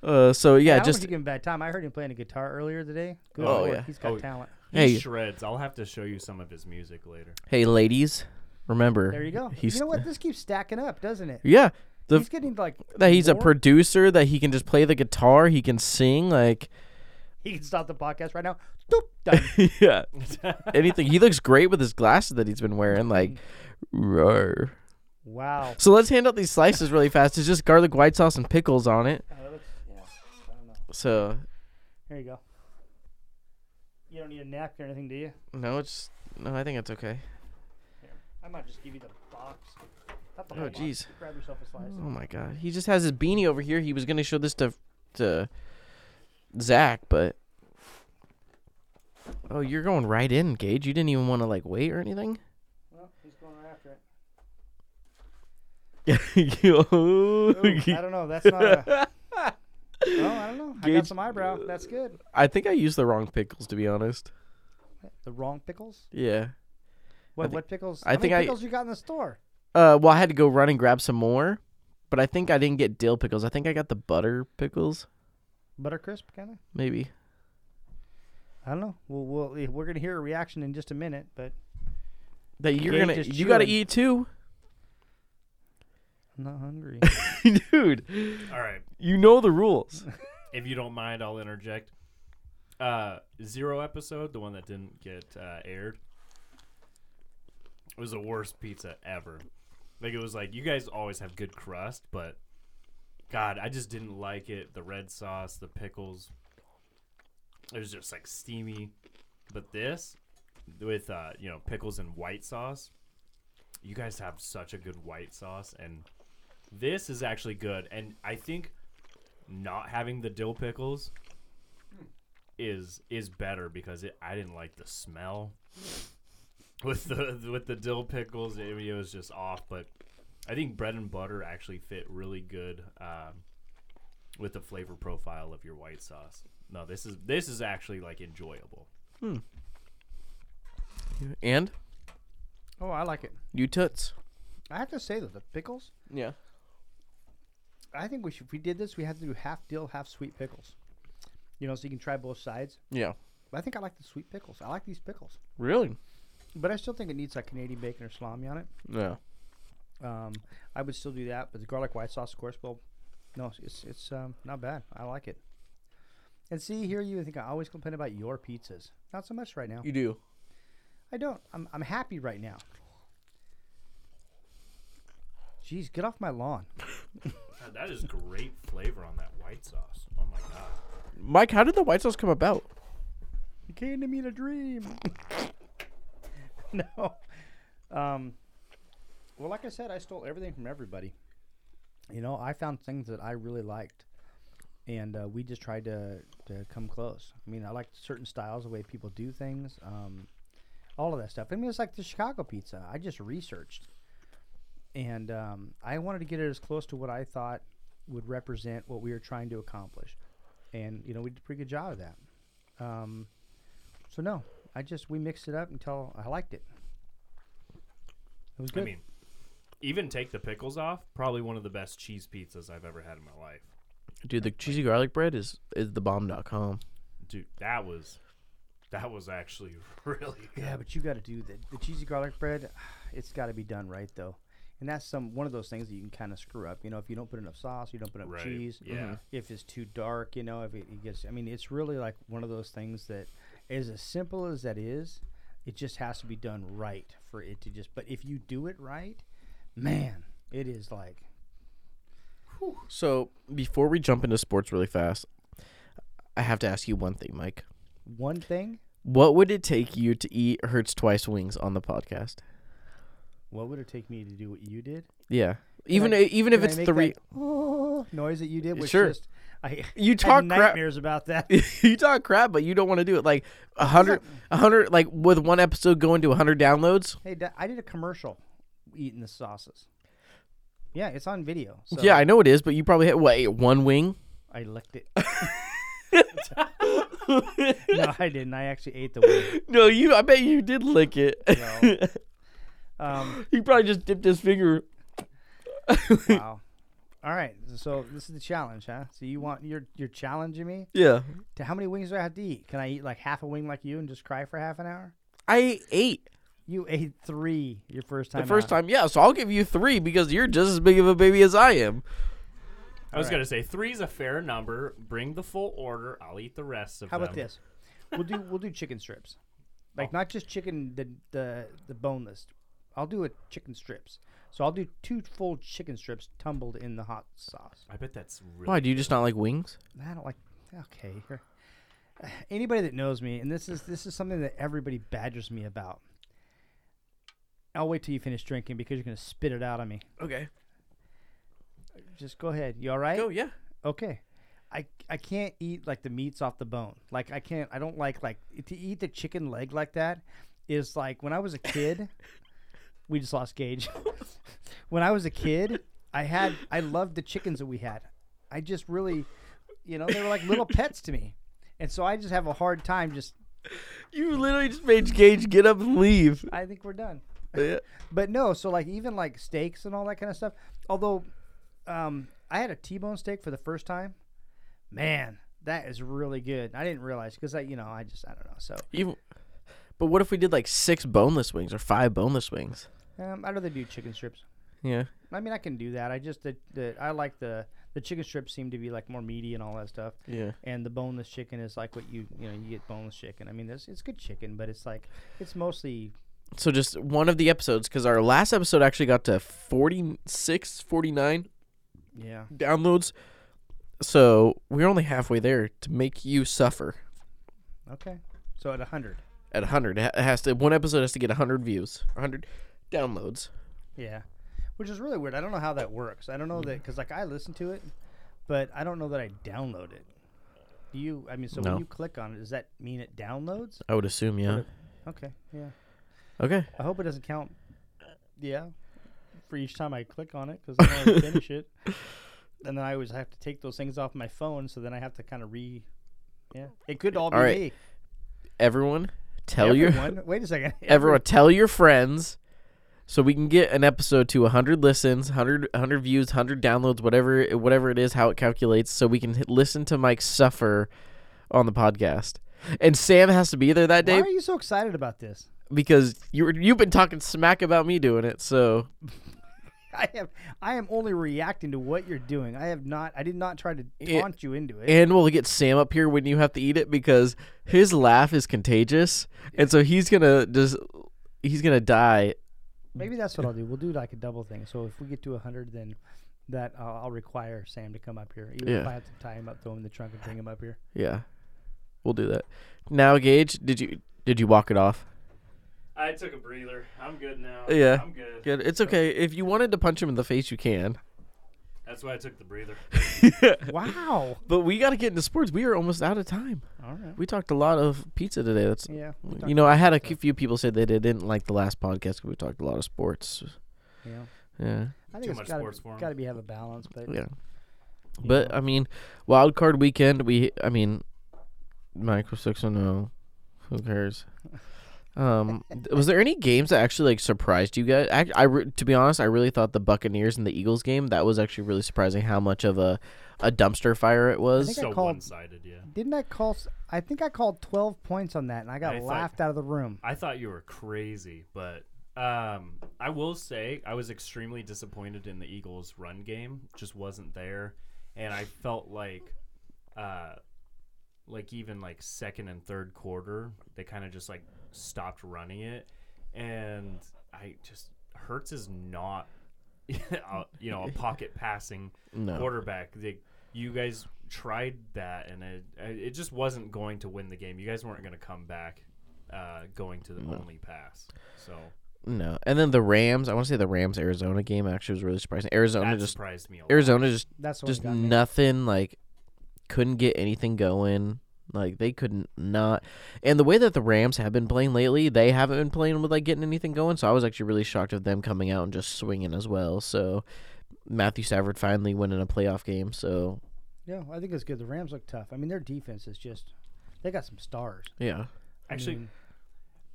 Speaker 1: uh so yeah
Speaker 2: I just
Speaker 1: just
Speaker 2: give him a bad time. I heard him playing a guitar earlier today. Good
Speaker 1: Oh,
Speaker 2: Lord,
Speaker 1: yeah.
Speaker 2: he's got
Speaker 3: Oh,
Speaker 2: talent.
Speaker 3: He
Speaker 1: Hey.
Speaker 3: shreds. I'll have to show you some of his music later.
Speaker 1: hey ladies remember
Speaker 2: There you go.
Speaker 1: he's
Speaker 2: you know what? This keeps stacking up, doesn't it?
Speaker 1: yeah the
Speaker 2: he's getting like
Speaker 1: that he's a
Speaker 2: more.
Speaker 1: producer that he can just play the guitar he can sing like
Speaker 2: He can stop the podcast right now. Stoop, done.
Speaker 1: yeah. Anything. He looks great with his glasses that he's been wearing.
Speaker 2: Mm.
Speaker 1: Like, roar.
Speaker 2: wow.
Speaker 1: So let's hand out these slices really fast. It's just garlic white sauce and pickles on it. So
Speaker 2: There you go. You don't need a napkin or anything, do you?
Speaker 1: no, it's no. I think it's okay.
Speaker 2: I might just give you the box. Not the
Speaker 1: Oh,
Speaker 2: whole box.
Speaker 1: jeez.
Speaker 2: Grab yourself a slice.
Speaker 1: Oh my god. He just has his beanie over here. He was gonna show this to to Zach, but oh, you're going right in, Gage. You didn't even want to like wait or anything.
Speaker 2: Well, he's going right after it. Ooh, I
Speaker 1: I
Speaker 2: don't know. That's not a. Oh, I don't know. I got
Speaker 1: Gage-
Speaker 2: some eyebrow. That's good.
Speaker 1: think I used the wrong pickles to be honest.
Speaker 2: The wrong pickles?
Speaker 1: Yeah.
Speaker 2: What,
Speaker 1: thi-
Speaker 2: what pickles?
Speaker 1: I
Speaker 2: How many
Speaker 1: think I-
Speaker 2: pickles you got in the store?
Speaker 1: Uh, well, I had to go run and grab some more, but I think I didn't get dill pickles. I think I got the butter pickles,
Speaker 2: Butter crisp, kind of?
Speaker 1: maybe.
Speaker 2: I don't know. We'll, we'll, eh, we're going to hear a reaction in just a minute, but
Speaker 1: That you're
Speaker 2: Gage
Speaker 1: gonna,
Speaker 2: is
Speaker 1: you gotta
Speaker 2: chewing.
Speaker 1: eat too,
Speaker 2: I'm not hungry.
Speaker 1: dude.
Speaker 3: All right,
Speaker 1: You know the rules.
Speaker 3: if you don't mind, I'll interject. Uh, zero episode, the one that didn't get uh, aired, was the worst pizza ever. Like it was like you guys always have good crust, but God, I just didn't like it. The red sauce, the pickles, it was just like steamy. But this, with uh, you know pickles and white sauce, you guys have such a good white sauce, and this is actually good. And I think not having the dill pickles is is better because it, I didn't like the smell with the with the dill pickles. It, it was just off, but I think bread and butter actually fit really good um, with the flavor profile of your white sauce. No, this is this is actually like enjoyable.
Speaker 1: and
Speaker 2: oh, I like it.
Speaker 1: you toots.
Speaker 2: I have to say, though, the pickles,
Speaker 1: Yeah.
Speaker 2: I think we should, if we did this, we have to do half dill, half sweet pickles. You know, so you can try both sides.
Speaker 1: Yeah.
Speaker 2: But I think I like the sweet pickles. I like these pickles.
Speaker 1: Really?
Speaker 2: But I still think it needs like Canadian bacon or salami on it.
Speaker 1: Yeah.
Speaker 2: Um, I would still do that, but the garlic white sauce, of course, well, no, it's- it's it's um, not bad. I like it. And see, here you think I always complain about your pizzas. Not so much right now.
Speaker 1: You do.
Speaker 2: I don't. I'm I'm happy right now. Jeez, get off my lawn.
Speaker 3: God, that is great flavor on that white sauce. Oh my god.
Speaker 1: Mike, how did the white sauce come about?
Speaker 2: You came to me in a dream. no. Um, well, like I said, I stole everything from everybody. You know, I found things that I really liked, and uh, we just tried to, to come close. I mean, I like certain styles, the way people do things, um, all of that stuff. I mean, it's like the Chicago pizza. I just researched, and um, I wanted to get it as close to what I thought would represent what we were trying to accomplish. And, you know, we did a pretty good job of that. Um, so no, I just we mixed it up until I liked it. It was good.
Speaker 3: I mean, even take the pickles off. Probably one of the best cheese pizzas I've ever had in my life.
Speaker 1: Dude, the cheesy garlic bread is is the bomb.com.
Speaker 3: dude that was that was actually really good
Speaker 2: yeah, but you got to do the the cheesy garlic bread. It's got to be done right though, and that's some one of those things that you can kind of screw up. You know, if you don't put enough sauce, you don't put enough
Speaker 3: Right,
Speaker 2: cheese.
Speaker 1: Mm-hmm.
Speaker 3: yeah.
Speaker 2: If it's too dark, you know, if it, it gets. I mean, it's really like one of those things that, is as simple as that is, it just has to be done right for it to just. But if you do it right, man, it is like
Speaker 1: So before we jump into sports really fast, I have to ask you one thing, Mike.
Speaker 2: one thing.
Speaker 1: What would it take you to eat Hertz Twice wings on the podcast?
Speaker 2: What would it take me to do what you did?
Speaker 1: Yeah. Even e,
Speaker 2: I-
Speaker 1: even if
Speaker 2: Can I
Speaker 1: it's
Speaker 2: make
Speaker 1: three,
Speaker 2: that, "Oh," noise that you did was
Speaker 1: Sure.
Speaker 2: just I
Speaker 1: You
Speaker 2: had
Speaker 1: talk crap-
Speaker 2: nightmares about that.
Speaker 1: you talk crap, but you don't want to do it. Like a hundred, a hundred, like with one episode going to a hundred downloads.
Speaker 2: Hey, Da- I did a commercial eating the sauces. Yeah, it's on video. So
Speaker 1: Yeah, I know it is, but you probably had what ate one wing.
Speaker 2: I licked it. no, I didn't. I actually ate the wing.
Speaker 1: No, you. I bet you did lick it.
Speaker 2: No. Um,
Speaker 1: he probably just dipped his finger.
Speaker 2: wow. All right. So this is the challenge, huh? So you want you're you're challenging me
Speaker 1: Yeah.
Speaker 2: to how many wings do I have to eat? Can I eat like half a wing like you and just cry for half an hour?
Speaker 1: I ate
Speaker 2: You ate three your first time.
Speaker 1: the first
Speaker 2: out.
Speaker 1: time. Yeah, so I'll give you three because you're just as big of a baby as I am.
Speaker 3: I was gonna say three's a fair number. Bring the full order. I'll eat the rest of
Speaker 2: How
Speaker 3: them.
Speaker 2: about this? We'll do we'll do chicken strips, like not just chicken the the the boneless. I'll do a chicken strips. So I'll do two full chicken strips tumbled in the hot sauce.
Speaker 3: I bet that's really.
Speaker 1: Why do you just not like wings?
Speaker 2: I don't like. Okay, here. Anybody that knows me, and this is this is something that everybody badgers me about. I'll wait till you finish drinking because you're gonna spit it out on me.
Speaker 1: Okay.
Speaker 2: Just go ahead. You all right?
Speaker 1: Oh yeah.
Speaker 2: Okay. I, I can't eat like the meats off the bone. Like I can't. I don't like like to eat the chicken leg like that. Is like when I was a kid. we just lost Gage. when I was a kid, I had I loved the chickens that we had. I just really, you know, they were like little pets to me, and so I just have a hard time. Just
Speaker 1: You literally just made Gage get up and leave.
Speaker 2: I think we're done.
Speaker 1: Yeah.
Speaker 2: But no, so like even like steaks and all that kind of stuff. Although, um, I had a T-bone steak for the first time. Man, that is really good. I didn't realize because I, you know, I just I don't know. So
Speaker 1: Even, but what if we did like six boneless wings or five boneless wings?
Speaker 2: um, I'd rather do chicken strips.
Speaker 1: Yeah.
Speaker 2: I mean, I can do that. I just the, the I like the the chicken strips seem to be like more meaty and all that stuff.
Speaker 1: Yeah.
Speaker 2: And the boneless chicken is like what you you know you get boneless chicken. I mean, this it's good chicken, but it's like it's mostly
Speaker 1: So just one of the episodes because our last episode actually got to 46, 49
Speaker 2: yeah.
Speaker 1: downloads. So we're only halfway there to make you suffer
Speaker 2: Okay, so at hundred.
Speaker 1: at 100. It ha- has to one episode has to get 100 views, 100 downloads.
Speaker 2: Yeah, which is really weird. I don't know how that works. I don't know that because like I listen to it, but I don't know that I download it. Do you? I mean, so
Speaker 1: No.
Speaker 2: when you click on it, does that mean it downloads?
Speaker 1: I would assume, yeah.
Speaker 2: Okay, yeah.
Speaker 1: Okay.
Speaker 2: I hope it doesn't count. Yeah, for each time I click on it because I want to finish it, and then I always have to take those things off my phone. So then I have to kind of re. Yeah, it could all be
Speaker 1: All right.
Speaker 2: me.
Speaker 1: Everyone, tell your
Speaker 2: Everyone- Wait a second.
Speaker 1: everyone tell your friends so we can get an episode to 100 listens 100 100 views 100 downloads whatever whatever it is how it calculates so we can hit, listen to mike suffer on the podcast and sam has to be there that day
Speaker 2: Why are you so excited about this?
Speaker 1: because you were, you've been talking smack about me doing it so
Speaker 2: I have I am only reacting to what you're doing. I have not I did not try to
Speaker 1: It-
Speaker 2: taunt you into it.
Speaker 1: and we'll get sam up here when you have to eat it because his laugh is contagious and so he's gonna just he's gonna die
Speaker 2: Maybe that's what I'll do. We'll do like a double thing. So if we get to 100 then that uh, I'll, I'll require Sam to come up here. Even if
Speaker 1: Yeah.
Speaker 2: I have to tie him up, throw him in the trunk and bring him up here.
Speaker 1: yeah we'll do that now gage did you did you walk it off
Speaker 3: I took a breather. I'm good now.
Speaker 1: Yeah.
Speaker 3: I'm good.
Speaker 1: Good. It's okay. If you wanted to punch him in the face, you can.
Speaker 3: That's why I took the breather.
Speaker 2: Wow.
Speaker 1: But we got to get into sports. We are almost out of time.
Speaker 2: All right.
Speaker 1: We talked a lot of pizza today. That's
Speaker 2: Yeah. we talked-
Speaker 1: you know, I had a few people say that they didn't like the last podcast 'cause we talked a lot of sports.
Speaker 2: yeah.
Speaker 1: Yeah,
Speaker 2: I
Speaker 3: Too
Speaker 2: think
Speaker 3: much
Speaker 2: it's gotta,
Speaker 3: sports for him.
Speaker 2: gotta be have a balance, but
Speaker 1: yeah. But I mean, wild card weekend. We, I mean, Mike was six and zero. Who cares? Um, th- was there any games that actually like surprised you guys? I, I re- to be honest, I really thought the Buccaneers and the Eagles game that was actually really surprising how much of a a dumpster fire it was.
Speaker 2: think I
Speaker 3: so
Speaker 2: called-
Speaker 3: one sided, yeah.
Speaker 2: didn't I call s- I think I called 12 points on that and I got
Speaker 3: I thought-
Speaker 2: laughed out of the room.
Speaker 3: I thought you were crazy, but um, I will say I was extremely disappointed in the Eagles' run game. Just wasn't there, and I felt like, uh, like even like second and third quarter, they kind of just like stopped running it, and I just Hertz is not, a- you know, a pocket passing
Speaker 1: No.
Speaker 3: quarterback. They, you guys tried that, and it it just wasn't going to win the game. You guys weren't going to come back uh, going to the only pass. So
Speaker 1: No. And then the Rams. I want to say the Rams Arizona game actually was really surprising. Arizona
Speaker 3: That
Speaker 1: just
Speaker 3: surprised me. A lot.
Speaker 1: Arizona just
Speaker 2: That's what
Speaker 1: just
Speaker 2: got me.
Speaker 1: nothing like couldn't get anything going. Like they couldn't not and the way that the Rams have been playing lately, they haven't been playing with like getting anything going. So I was actually really shocked of them coming out and just swinging as well. So Matthew Stafford finally winning a playoff game. So
Speaker 2: Yeah, I think it's good. The Rams look tough. I mean, their defense is just they got some stars.
Speaker 1: yeah.
Speaker 3: Actually,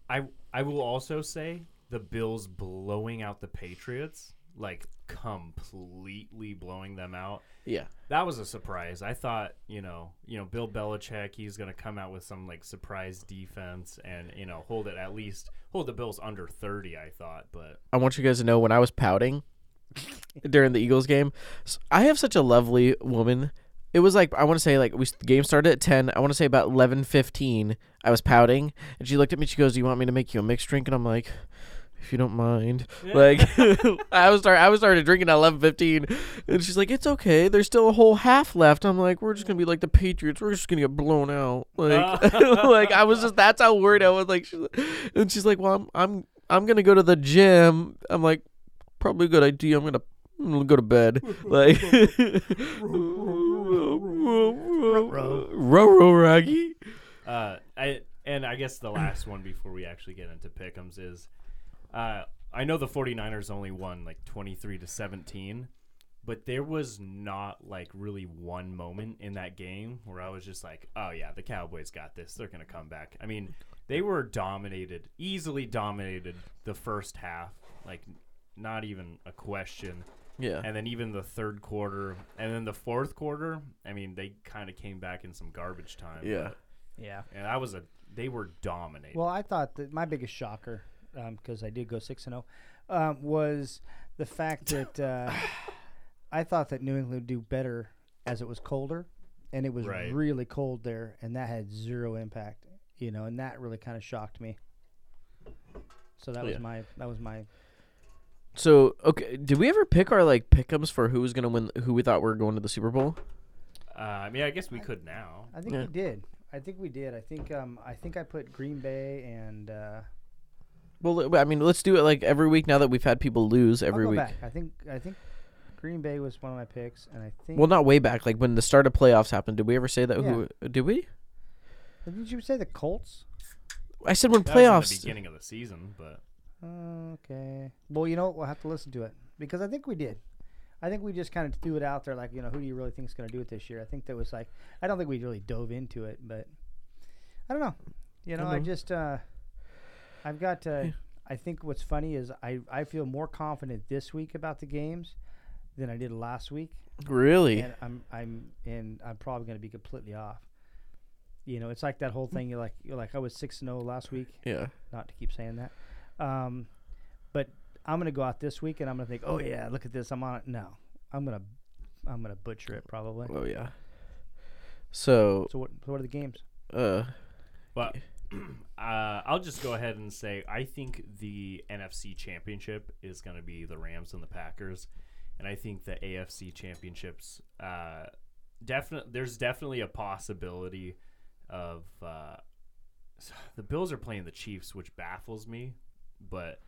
Speaker 3: I I will also say the Bills blowing out the Patriots, like completely blowing them out.
Speaker 1: Yeah.
Speaker 3: That was a surprise. I thought, you know, you know, Bill Belichick, he's gonna come out with some like surprise defense and you know hold it at least hold the Bills under thirty. I thought, but
Speaker 1: I want you guys to know when I was pouting during the Eagles game, s- I have such a lovely woman. It was like I want to say like we s- the game started at ten. I want to say about eleven fifteen. I was pouting, and she looked at me. She goes, "Do you want me to make you a mixed drink?" And I'm like, "If you don't mind." Like I was start I was started drinking at eleven fifteen, and she's like, "It's okay. There's still a whole half left." I'm like, "We're just gonna be like the Patriots. We're just gonna get blown out." Like like I was just that's how worried I was. Like, she's, and she's like, "Well, I'm I'm I'm gonna go to the gym." I'm like, "Probably a good idea. I'm gonna." I'm gonna go to bed. Like, row, row, Raggy.
Speaker 3: uh, I and I guess the last one before we actually get into pickums is, uh, I know the 49ers only won like twenty three to seventeen, but there was not like really one moment in that game where I was just like, oh yeah, the Cowboys got this. They're gonna come back. I mean, they were dominated, easily dominated the first half. Like, not even a question.
Speaker 1: Yeah.
Speaker 3: And then even the third quarter, and then the fourth quarter. I mean, they kind of came back in some garbage time.
Speaker 1: Yeah.
Speaker 3: but-
Speaker 2: yeah.
Speaker 3: and I was a they were dominated.
Speaker 2: Well, I thought that my biggest shocker, because I did go six and zero, was the fact that uh, I thought that New England would do better as it was colder, and it was
Speaker 3: Right.
Speaker 2: really cold there, and that had zero impact. You know, and that really kind of shocked me. So that
Speaker 1: Yeah.
Speaker 2: was my that was my
Speaker 1: So okay, did we ever pick our like pickums for who was gonna win? Who we thought were going to the Super Bowl?
Speaker 3: uh, I mean, I guess we could now.
Speaker 2: I think
Speaker 1: Yeah.
Speaker 2: we did. I think we did. I think um I think I put Green Bay and uh,
Speaker 1: Well, I mean, let's do it like every week now that we've had people lose every
Speaker 2: I'll go
Speaker 1: week.
Speaker 2: back. I think I think Green Bay was one of my picks, and I think
Speaker 1: Well, not way back, like when the start of playoffs happened. Did we ever say that? Who did we?
Speaker 2: did you say the Colts?
Speaker 1: I said when
Speaker 3: That was in the
Speaker 1: playoffs.
Speaker 3: beginning of the season, but
Speaker 2: Okay. Well, you know what? We'll have to listen to it because I think we did. I think we just kind of threw it out there, like you know, who do you really think is going to do it this year? I think that was like, I don't think we really dove into it, but I don't know. You know, I
Speaker 1: know.
Speaker 2: just, uh, I've got. Uh, I think what's funny is I I feel more confident this week about the games than I did last week,
Speaker 1: really?
Speaker 2: and I'm I'm and I'm probably going to be completely off. You know, it's like that whole thing. You're like you're like I was six and zero last week,
Speaker 1: Yeah.
Speaker 2: not to keep saying that. Um, but I'm gonna go out this week and I'm gonna think, oh yeah, look at this, I'm on it. No, I'm gonna, I'm gonna butcher it probably.
Speaker 1: Oh yeah. So,
Speaker 2: So what, so what are the games?
Speaker 1: uh,
Speaker 3: but uh, I'll just go ahead and say I think the NFC Championship is going to be the Rams and the Packers, and I think the AFC Championships. Uh, definite, there's definitely a possibility of uh, the Bills are playing the Chiefs, which baffles me, but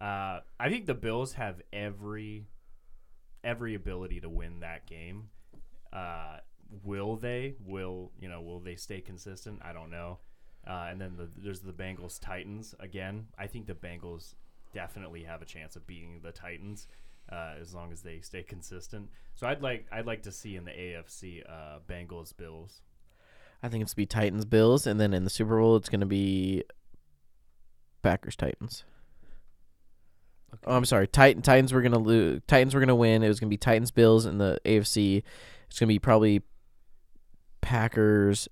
Speaker 3: uh, I think the Bills have every every ability to win that game. Uh, will they? Will you know? Will they stay consistent? I don't know. Uh, and then the, there's the Bengals Titans again. I think the Bengals definitely have a chance of beating the Titans uh, as long as they stay consistent. So I'd like I'd like to see in the AFC uh, Bengals Bills.
Speaker 1: I think it's gonna be Titans Bills, and then in the Super Bowl it's gonna be Packers Titans. Oh, I'm sorry. Titan Titans were gonna lose. Titans were gonna win. It was gonna be Titans Bills in the AFC. It's gonna be probably Packers.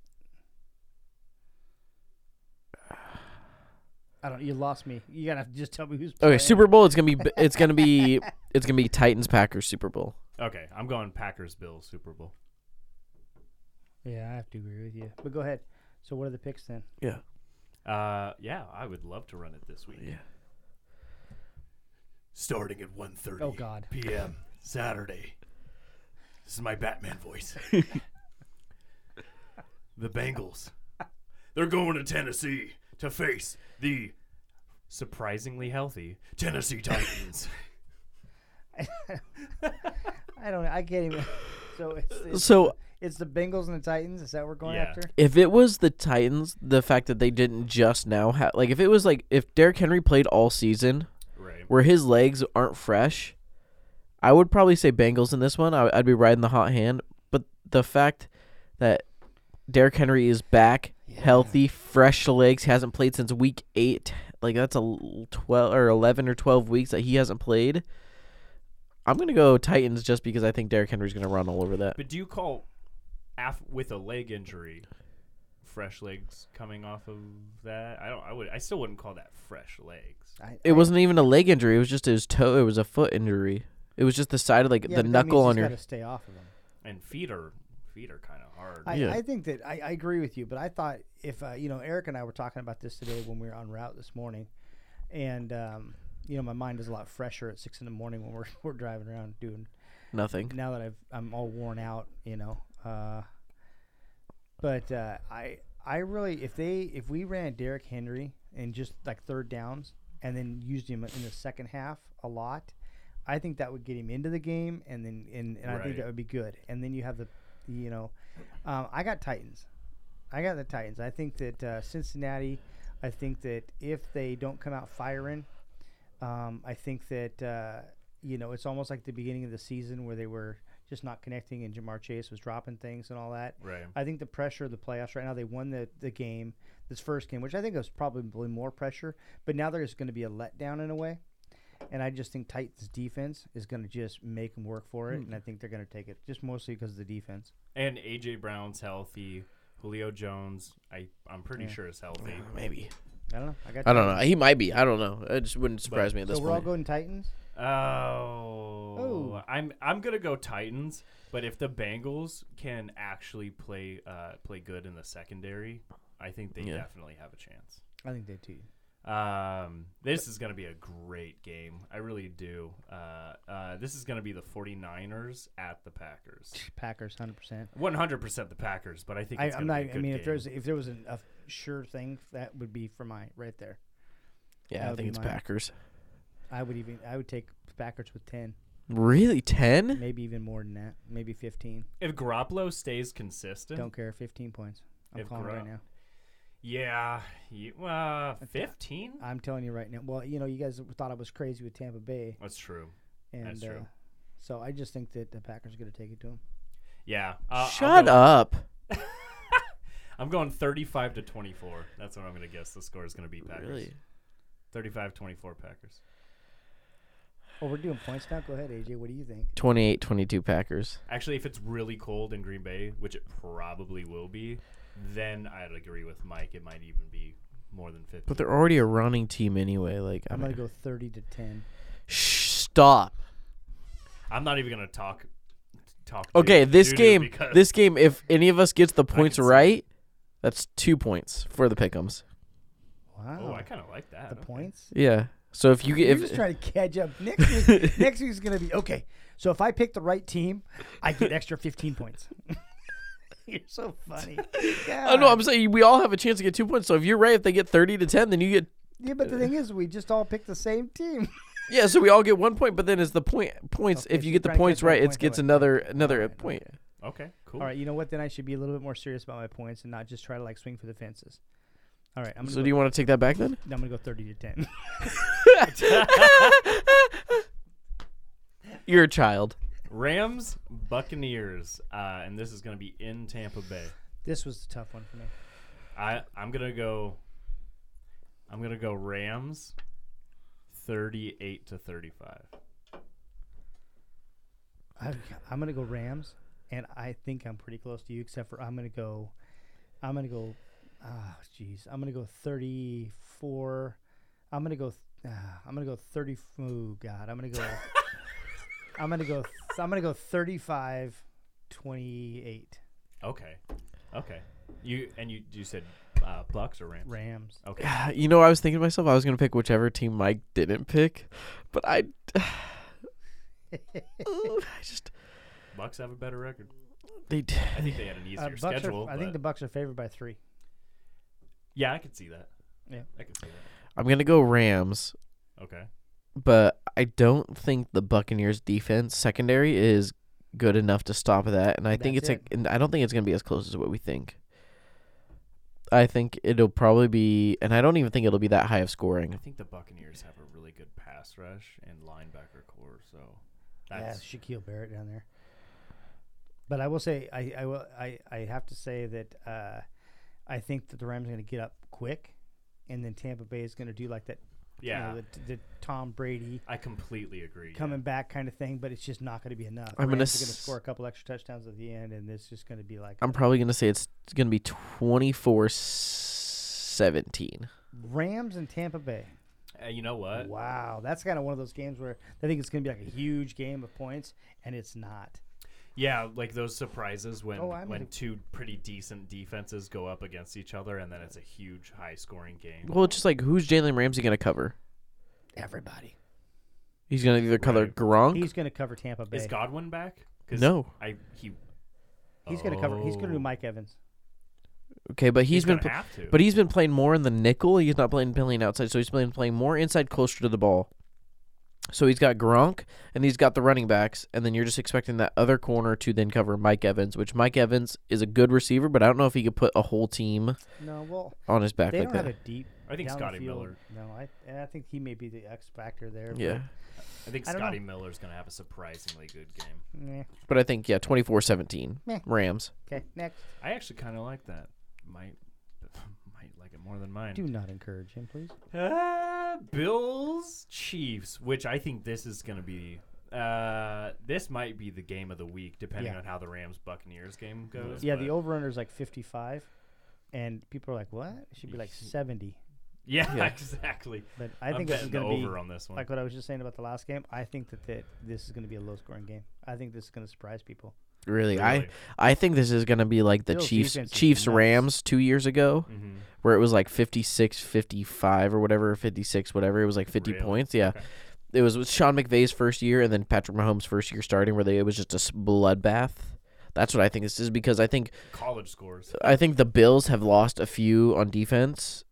Speaker 2: I don't. You lost me. You gotta have to just tell me who's. Playing.
Speaker 1: Okay, Super Bowl. It's gonna be. It's gonna be. It's gonna be Titans Packers Super Bowl.
Speaker 3: Okay, I'm going Packers Bills Super Bowl.
Speaker 2: Yeah, I have to agree with you. But go ahead. So what are the picks then?
Speaker 1: Yeah.
Speaker 3: Uh, yeah, I would love to run it this week. Yeah. Starting at 1.30
Speaker 2: Oh, God.
Speaker 3: p.m. Saturday. This is my Batman voice. the Bengals. They're going to Tennessee to face the surprisingly healthy Tennessee Titans.
Speaker 2: I don't. I can't even. So it's, it's
Speaker 1: So
Speaker 2: it's the Bengals and the Titans. Is that what we're going
Speaker 3: Yeah.
Speaker 2: after?
Speaker 1: if it was the Titans, the fact that they didn't just now have like if it was like if Derrick Henry played all season
Speaker 3: right.
Speaker 1: where his legs aren't fresh, I would probably say Bengals in this one. I, I'd be riding the hot hand. But the fact that Derrick Henry is back, healthy, fresh legs, hasn't played since week eight. Like that's a l- twelve or eleven or twelve weeks that he hasn't played. I'm gonna go Titans just because I think Derrick Henry's gonna run all over that.
Speaker 3: But do you call af- with a leg injury fresh legs coming off of that? I don't I would I still wouldn't call that fresh legs.
Speaker 2: I,
Speaker 1: It wasn't even a leg injury. It was just his toe. It was a foot injury. It was just the side of like
Speaker 2: yeah,
Speaker 1: the
Speaker 2: but that
Speaker 1: knuckle
Speaker 2: means
Speaker 1: on
Speaker 2: he's
Speaker 1: your.
Speaker 2: gotta stay off of them.
Speaker 3: And feet are feet are kind of hard.
Speaker 2: I,
Speaker 1: Yeah.
Speaker 2: I think that I, I agree with you, but I thought if uh, you know Eric and I were talking about this today when we were en route this morning, and um, you know my mind is a lot fresher at six in the morning when we're we're driving around doing.
Speaker 1: Nothing.
Speaker 2: Now that I've I'm all worn out, you know. Uh, but uh, I I really if they if we ran Derrick Henry and just like third downs and then used him in the second half a lot, I think that would get him into the game and then and, and I think
Speaker 3: Right.
Speaker 2: that would be good. And then you have the you know, um, I got Titans. I got the Titans. I think that uh, Cincinnati. I think that if they don't come out firing, um, I think that uh, you know it's almost like the beginning of the season where they were just not connecting and Jamar Chase was dropping things and all that.
Speaker 3: Right.
Speaker 2: I think the pressure of the playoffs right now. They won the the game, this first game, which I think was probably more pressure. But now there's going to be a letdown in a way. And I just think Titans defense is going to just make them work for
Speaker 1: Hmm.
Speaker 2: it, and I think they're going to take it just mostly because of the defense.
Speaker 3: And AJ Brown's healthy. Julio Jones, I I'm pretty sure is healthy.
Speaker 1: Maybe.
Speaker 2: I don't know. I got.
Speaker 1: I don't
Speaker 2: Titans.
Speaker 1: know. He might be. I don't know. It just wouldn't surprise me at this
Speaker 2: So we're all
Speaker 1: point.
Speaker 2: going Titans.
Speaker 3: Oh,
Speaker 2: Oh.
Speaker 3: I'm I'm gonna go Titans, but if the Bengals can actually play uh, play good in the secondary, I think they
Speaker 1: Yeah.
Speaker 3: definitely have a chance.
Speaker 2: I think they too.
Speaker 3: Um, this is going to be a great game. I really do. Uh, uh, this is going to be the 49ers at the Packers.
Speaker 2: Packers, hundred percent.
Speaker 3: 100% the Packers, but I think
Speaker 2: I,
Speaker 3: it's
Speaker 2: I'm
Speaker 3: going
Speaker 2: not.
Speaker 3: to be
Speaker 2: I
Speaker 3: a
Speaker 2: mean,
Speaker 3: good
Speaker 2: if
Speaker 3: game.
Speaker 2: there's if there was an, a sure thing, that would be for mine right there. that
Speaker 1: yeah, I
Speaker 2: would
Speaker 1: think
Speaker 2: be
Speaker 1: it's
Speaker 2: mine.
Speaker 1: Packers.
Speaker 2: I would even I would take Packers with ten,
Speaker 1: Really, ten?
Speaker 2: maybe even more than that, maybe fifteen.
Speaker 3: if Garoppolo stays consistent,
Speaker 2: Don't care, fifteen points. I'm
Speaker 3: If
Speaker 2: calling it right
Speaker 3: Garopp-
Speaker 2: now.
Speaker 3: yeah, you, uh, 15?
Speaker 2: I'm telling you right now. Well, you know, you guys thought I was crazy with Tampa Bay,
Speaker 3: That's true.
Speaker 2: and
Speaker 3: That's
Speaker 2: Uh,
Speaker 3: true.
Speaker 2: so I just think that the Packers are going to take it to them.
Speaker 3: Yeah. Uh, I'll
Speaker 1: Shut
Speaker 3: go-
Speaker 1: up.
Speaker 3: I'm going 35 to 24. That's what I'm going to guess the score is going to be Packers.
Speaker 1: Really?
Speaker 3: 35 24 Packers.
Speaker 2: Oh, we're doing points now. Go ahead, AJ. What do you think?
Speaker 1: 28-22 Packers.
Speaker 3: Actually, if it's really cold in Green Bay, which it probably will be, then I'd agree with Mike. It might even be more than 50.
Speaker 1: But they're already a running team anyway. Like
Speaker 2: I'm
Speaker 1: I'm
Speaker 2: going
Speaker 1: gonna
Speaker 2: to go thirty to ten.
Speaker 1: Shh, stop.
Speaker 3: I'm not even gonna talk. Talk.
Speaker 1: Okay,
Speaker 3: doo-
Speaker 1: this
Speaker 3: doo-doo
Speaker 1: game,
Speaker 3: because-
Speaker 1: this game. If any of us gets the points
Speaker 3: can see it.
Speaker 1: right, that's two points for the pickums.
Speaker 2: Wow.
Speaker 3: Oh, I kind of like that.
Speaker 2: the
Speaker 3: okay.
Speaker 2: points.
Speaker 1: Yeah. So if you get,
Speaker 2: You're
Speaker 1: if,
Speaker 2: just trying to catch up. Next week, next week's gonna be okay. So if I pick the right team, I get extra 15 points. You're so funny.
Speaker 1: Oh no,
Speaker 2: God.
Speaker 1: I'm saying we all have a chance to get two points. So if you're right, if they get thirty to ten, then you get
Speaker 2: yeah, but the thing is, we just all picked the same team.
Speaker 1: yeah. So we all get one point, but then it's the point points.
Speaker 2: Okay,
Speaker 1: if
Speaker 2: so
Speaker 1: you get the
Speaker 2: try and
Speaker 1: points
Speaker 2: catch one
Speaker 1: right,
Speaker 2: point
Speaker 1: it
Speaker 2: that
Speaker 1: gets
Speaker 2: way.
Speaker 1: another another point.
Speaker 3: Okay, cool.
Speaker 2: All right, you know what? Then I should be a little bit more serious about my points and not just try to like swing for the fences. All right, I'm gonna
Speaker 1: So do
Speaker 2: go,
Speaker 1: you want to take that back then?
Speaker 2: I'm gonna go 30 to 10.
Speaker 1: You're a child.
Speaker 3: Rams, Buccaneers, uh, and this is gonna be in Tampa Bay.
Speaker 2: this was the tough one for me.
Speaker 3: I I'm gonna go. I'm gonna go Rams, thirty-eight to thirty-five.
Speaker 2: I, I'm gonna go Rams, and I think I'm pretty close to you, except for I'm gonna go, I'm gonna go, ah, jeez, I'm gonna go 34. I'm gonna go, uh, I'm gonna go 30. Oh God, I'm gonna go. I'm gonna go. I'm gonna go 35, 28
Speaker 3: Okay, okay. You and you you said uh, Bucks or Rams?
Speaker 2: Rams.
Speaker 3: Okay.
Speaker 1: You know, I was thinking to myself, I was gonna pick whichever team Mike didn't pick, but I, I just
Speaker 3: Bucks have a better record.
Speaker 1: they. d-
Speaker 3: I think they had an easier
Speaker 2: Uh, Bucks are-
Speaker 3: schedule.
Speaker 2: I think
Speaker 3: but-
Speaker 2: the Bucks are favored by three.
Speaker 3: yeah, I could see that.
Speaker 2: Yeah.
Speaker 3: I could see that.
Speaker 1: I'm gonna go Rams,
Speaker 3: Okay.
Speaker 1: but I don't think the Buccaneers defense secondary is good enough to stop that, and I think
Speaker 2: That's
Speaker 1: it's like, and I don't think it's gonna be as close as what we think. I think it'll probably be, and I don't even think it'll be that high of
Speaker 3: I
Speaker 1: scoring.
Speaker 3: think the Buccaneers have a really good pass rush and linebacker core, so
Speaker 2: Yeah,
Speaker 3: that's
Speaker 2: Shaquille Barrett down there. But I will say, I I will, I, I have to say that uh, I think that the Rams are going to get up quick, and then Tampa Bay is going to do like that,
Speaker 3: yeah.
Speaker 2: you know, the, the Tom Brady
Speaker 3: I completely agree. yeah.
Speaker 2: coming back kind of thing. But it's just not going to be enough.
Speaker 1: I'm gonna
Speaker 2: Rams are going to
Speaker 1: s-
Speaker 2: score a couple extra touchdowns at the end, and it's just going to be like
Speaker 1: I'm probably gonna say it's gonna be 24-17.
Speaker 2: Rams and Tampa Bay.
Speaker 3: Uh, you know what?
Speaker 2: Wow, that's kind of one of those games where I think it's going to be like a huge game of points, and it's not.
Speaker 3: Yeah, like those surprises when
Speaker 2: Oh, I'm
Speaker 3: when
Speaker 2: gonna-
Speaker 3: two pretty decent defenses go up against each other, and then it's a huge high scoring game.
Speaker 1: Well, it's just like who's Jalen Ramsey gonna cover?
Speaker 2: Everybody.
Speaker 1: He's gonna either cover
Speaker 3: Right.
Speaker 1: Gronk.
Speaker 2: He's going to cover Tampa Bay.
Speaker 3: Is Godwin back? 'Cause
Speaker 1: No.
Speaker 3: I he.
Speaker 2: He's going to cover. He's going to do
Speaker 3: Oh.
Speaker 2: Mike Evans.
Speaker 1: okay, but
Speaker 3: He's,
Speaker 1: been
Speaker 3: gonna
Speaker 1: pl-
Speaker 3: have to.
Speaker 1: But he's been playing more in the nickel. He's not playing playing outside, so he's been playing more inside, closer to the ball. So he's got Gronk and he's got the running backs, and then you're just expecting that other corner to then cover Mike Evans, which Mike Evans is a good receiver, but I don't know if he could put a whole team
Speaker 2: No, well,
Speaker 1: on his back
Speaker 2: they
Speaker 1: like
Speaker 2: don't have
Speaker 1: that.
Speaker 2: a deep.
Speaker 3: I think
Speaker 2: down the
Speaker 3: Scotty
Speaker 2: field.
Speaker 3: Miller.
Speaker 2: No, I and I think he may be the X factor there. but,
Speaker 1: yeah,
Speaker 3: I think
Speaker 2: I don't
Speaker 3: Scotty Miller's going to have a surprisingly good game.
Speaker 2: meh.
Speaker 1: but I think yeah, 24-17
Speaker 2: Meh.
Speaker 1: Rams.
Speaker 2: Okay, next.
Speaker 3: I actually kind of like that. Might might like it more than mine.
Speaker 2: Do not encourage him, please.
Speaker 3: Uh, Bills Chiefs, which I think this is going to be. Uh, this might be the game of the week, depending
Speaker 2: Yeah.
Speaker 3: on how the Rams Buccaneers game goes.
Speaker 2: Yeah,
Speaker 3: but-
Speaker 2: the over under is like 55, and people are like, "What?" It should be like 70.
Speaker 3: yeah,
Speaker 1: Yeah.
Speaker 3: exactly.
Speaker 2: But I
Speaker 3: I'm
Speaker 2: think this is
Speaker 3: betting
Speaker 2: going to
Speaker 3: the
Speaker 2: be
Speaker 3: over on this one.
Speaker 2: like what I was just saying about the last game. I think that, that this is going to be a low scoring game. I think this is going to surprise people.
Speaker 1: Really, I
Speaker 3: Really.
Speaker 1: I think this is gonna be like the
Speaker 2: Bills'
Speaker 1: Chiefs
Speaker 2: defense is
Speaker 1: Chiefs
Speaker 2: nuts.
Speaker 1: Rams two years ago,
Speaker 3: Mhm.
Speaker 1: where it was like 56, 55 or whatever, fifty six whatever. It was like fifty
Speaker 3: Really?
Speaker 1: points. Yeah.
Speaker 3: Okay.
Speaker 1: it was with Sean McVay's first year and then Patrick Mahomes' first year starting, where they, it was just a s- bloodbath. That's what I think this is because I think
Speaker 3: College scores.
Speaker 1: I think the Bills have lost a few on defense.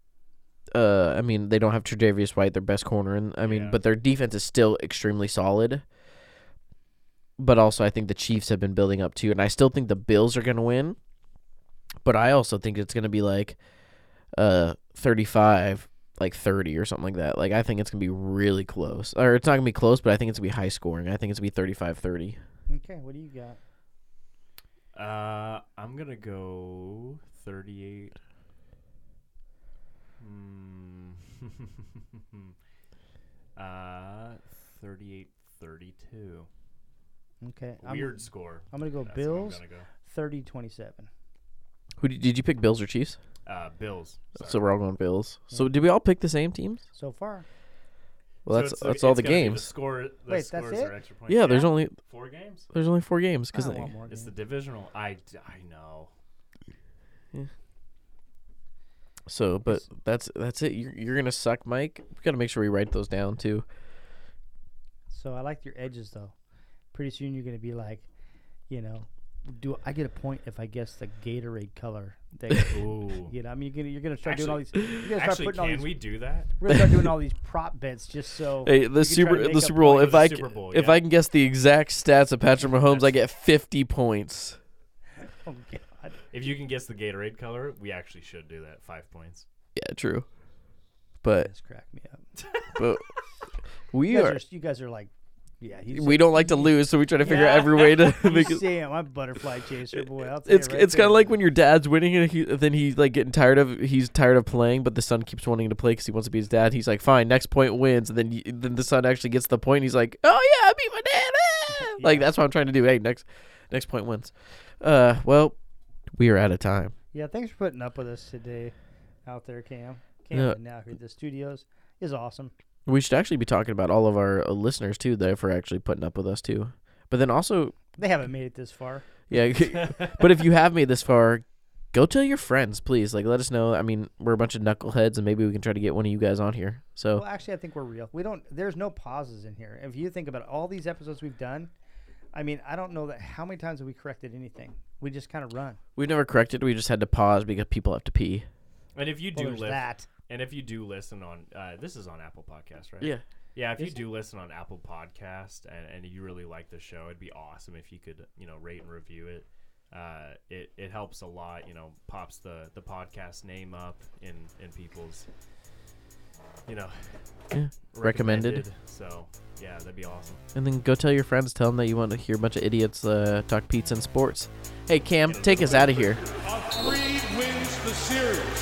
Speaker 1: Uh, I mean they don't have Tre'Davious White, their best corner, and I mean,
Speaker 3: Yeah.
Speaker 1: but their defense is still extremely solid. But also, I think the Chiefs have been building up too, and I still think the Bills are going to win. But I also think it's going to be like, uh, thirty-five, like thirty or something like that. Like I think it's going to be really close, or it's not going to be close, but I think it's going to be high scoring. I think it's going to be 35-30.
Speaker 2: Okay, what do you got?
Speaker 3: Uh, I'm gonna go 38. Hmm. uh, 38 32.
Speaker 2: Okay, I'm,
Speaker 3: Weird score.
Speaker 2: I'm going to go
Speaker 3: That's what I'm
Speaker 2: Bills
Speaker 3: gonna go.
Speaker 2: 30 27.
Speaker 1: Who did, did you pick? Bills or Chiefs?
Speaker 3: Uh, Bills. Sorry.
Speaker 1: So we're all going Bills. So did we all pick the same teams?
Speaker 2: So far,
Speaker 1: Well,
Speaker 3: So
Speaker 1: that's
Speaker 3: it's
Speaker 1: that's all
Speaker 3: it's
Speaker 1: the
Speaker 3: gonna be
Speaker 1: games.
Speaker 3: The score, the
Speaker 2: Wait, that's
Speaker 3: scores
Speaker 2: it?
Speaker 3: are extra points.
Speaker 1: Yeah, there's only
Speaker 3: four games.
Speaker 1: there's only four games
Speaker 2: I
Speaker 1: because
Speaker 2: don't want more
Speaker 3: It's the
Speaker 2: games.
Speaker 3: divisional. I, d- I know.
Speaker 1: so. But that's that's it. You're you're gonna suck, Mike. We gotta make sure we write those down too.
Speaker 2: So I like your edges though. Pretty soon you're gonna be like, you know, do I get a point if I guess the Gatorade color? That,
Speaker 3: Ooh.
Speaker 2: you know, I mean, you're gonna you're gonna start doing all these.
Speaker 3: Actually-
Speaker 2: You're gonna start
Speaker 3: Actually,
Speaker 2: putting all
Speaker 3: can
Speaker 2: these.
Speaker 3: we do that?
Speaker 2: We're gonna start doing all these prop bets just so.
Speaker 1: Hey,
Speaker 2: you
Speaker 1: the
Speaker 2: can try to
Speaker 1: super
Speaker 2: make
Speaker 1: the
Speaker 2: up
Speaker 1: Super Bowl.
Speaker 2: points.
Speaker 1: If
Speaker 3: the
Speaker 1: I
Speaker 3: Super
Speaker 1: c-
Speaker 3: Bowl,
Speaker 1: if
Speaker 3: yeah.
Speaker 1: I can guess the exact stats of Patrick Mahomes, I get fifty points.
Speaker 2: Oh God.
Speaker 3: If you can guess the Gatorade color, we actually should do that. Five points.
Speaker 1: Yeah, true. But
Speaker 2: This cracked me up.
Speaker 1: but we
Speaker 2: You guys
Speaker 1: are
Speaker 2: are, you guys are like, yeah. He's
Speaker 1: we don't like to lose, so we try to figure out every way to make it.
Speaker 2: Damn, I'm a butterfly chaser boy. I'll tell
Speaker 1: It's
Speaker 2: you right
Speaker 1: it's kind
Speaker 2: there.
Speaker 1: of like when your dad's winning and he, then he's like getting tired of he's tired of playing, but the son keeps wanting to play because he wants to be his dad. He's like, fine, next point wins, and then y then the son actually gets the point. He's like, oh yeah, I beat my dad. ah!" Like that's what I'm trying to do. Hey, next next point wins. Uh, well, we are out of time.
Speaker 2: Yeah, thanks for putting up with us today, out there, Cam. Cam
Speaker 1: Yeah.
Speaker 2: and now here at the studios is awesome.
Speaker 1: We should actually be talking about all of our uh, listeners too, though, for actually putting up with us too. But then also,
Speaker 2: They haven't made it this far.
Speaker 1: yeah. but if you have made this far. Go tell your friends, please. Like, let us know. I mean, we're a bunch of knuckleheads, and maybe we can try to get one of you guys on here. So,
Speaker 2: Well, actually, I think we're real. We don't. There's no pauses in here. If you think about all these episodes we've done, I mean, I don't know that how many times have we corrected anything. We just kind of run.
Speaker 1: We've never corrected. We just had to pause because people have to pee.
Speaker 3: And if you
Speaker 2: Well,
Speaker 3: do
Speaker 2: there's
Speaker 3: live,
Speaker 2: that.
Speaker 3: And if you do listen on, uh, this is on Apple Podcast, right?
Speaker 1: Yeah.
Speaker 3: Yeah, if you do listen on Apple Podcast and, and you really like the show, it'd be awesome if you could, you know, rate and review it. Uh, it, it helps a lot, you know, pops the, the podcast name up in, in people's, you know,
Speaker 1: Yeah. Recommended.
Speaker 3: So, yeah, that'd be awesome.
Speaker 1: And then go tell your friends, tell them that you want to hear a bunch of idiots uh, talk pizza and sports. Hey, Cam, take us out of here.
Speaker 6: Three wins the series. Oh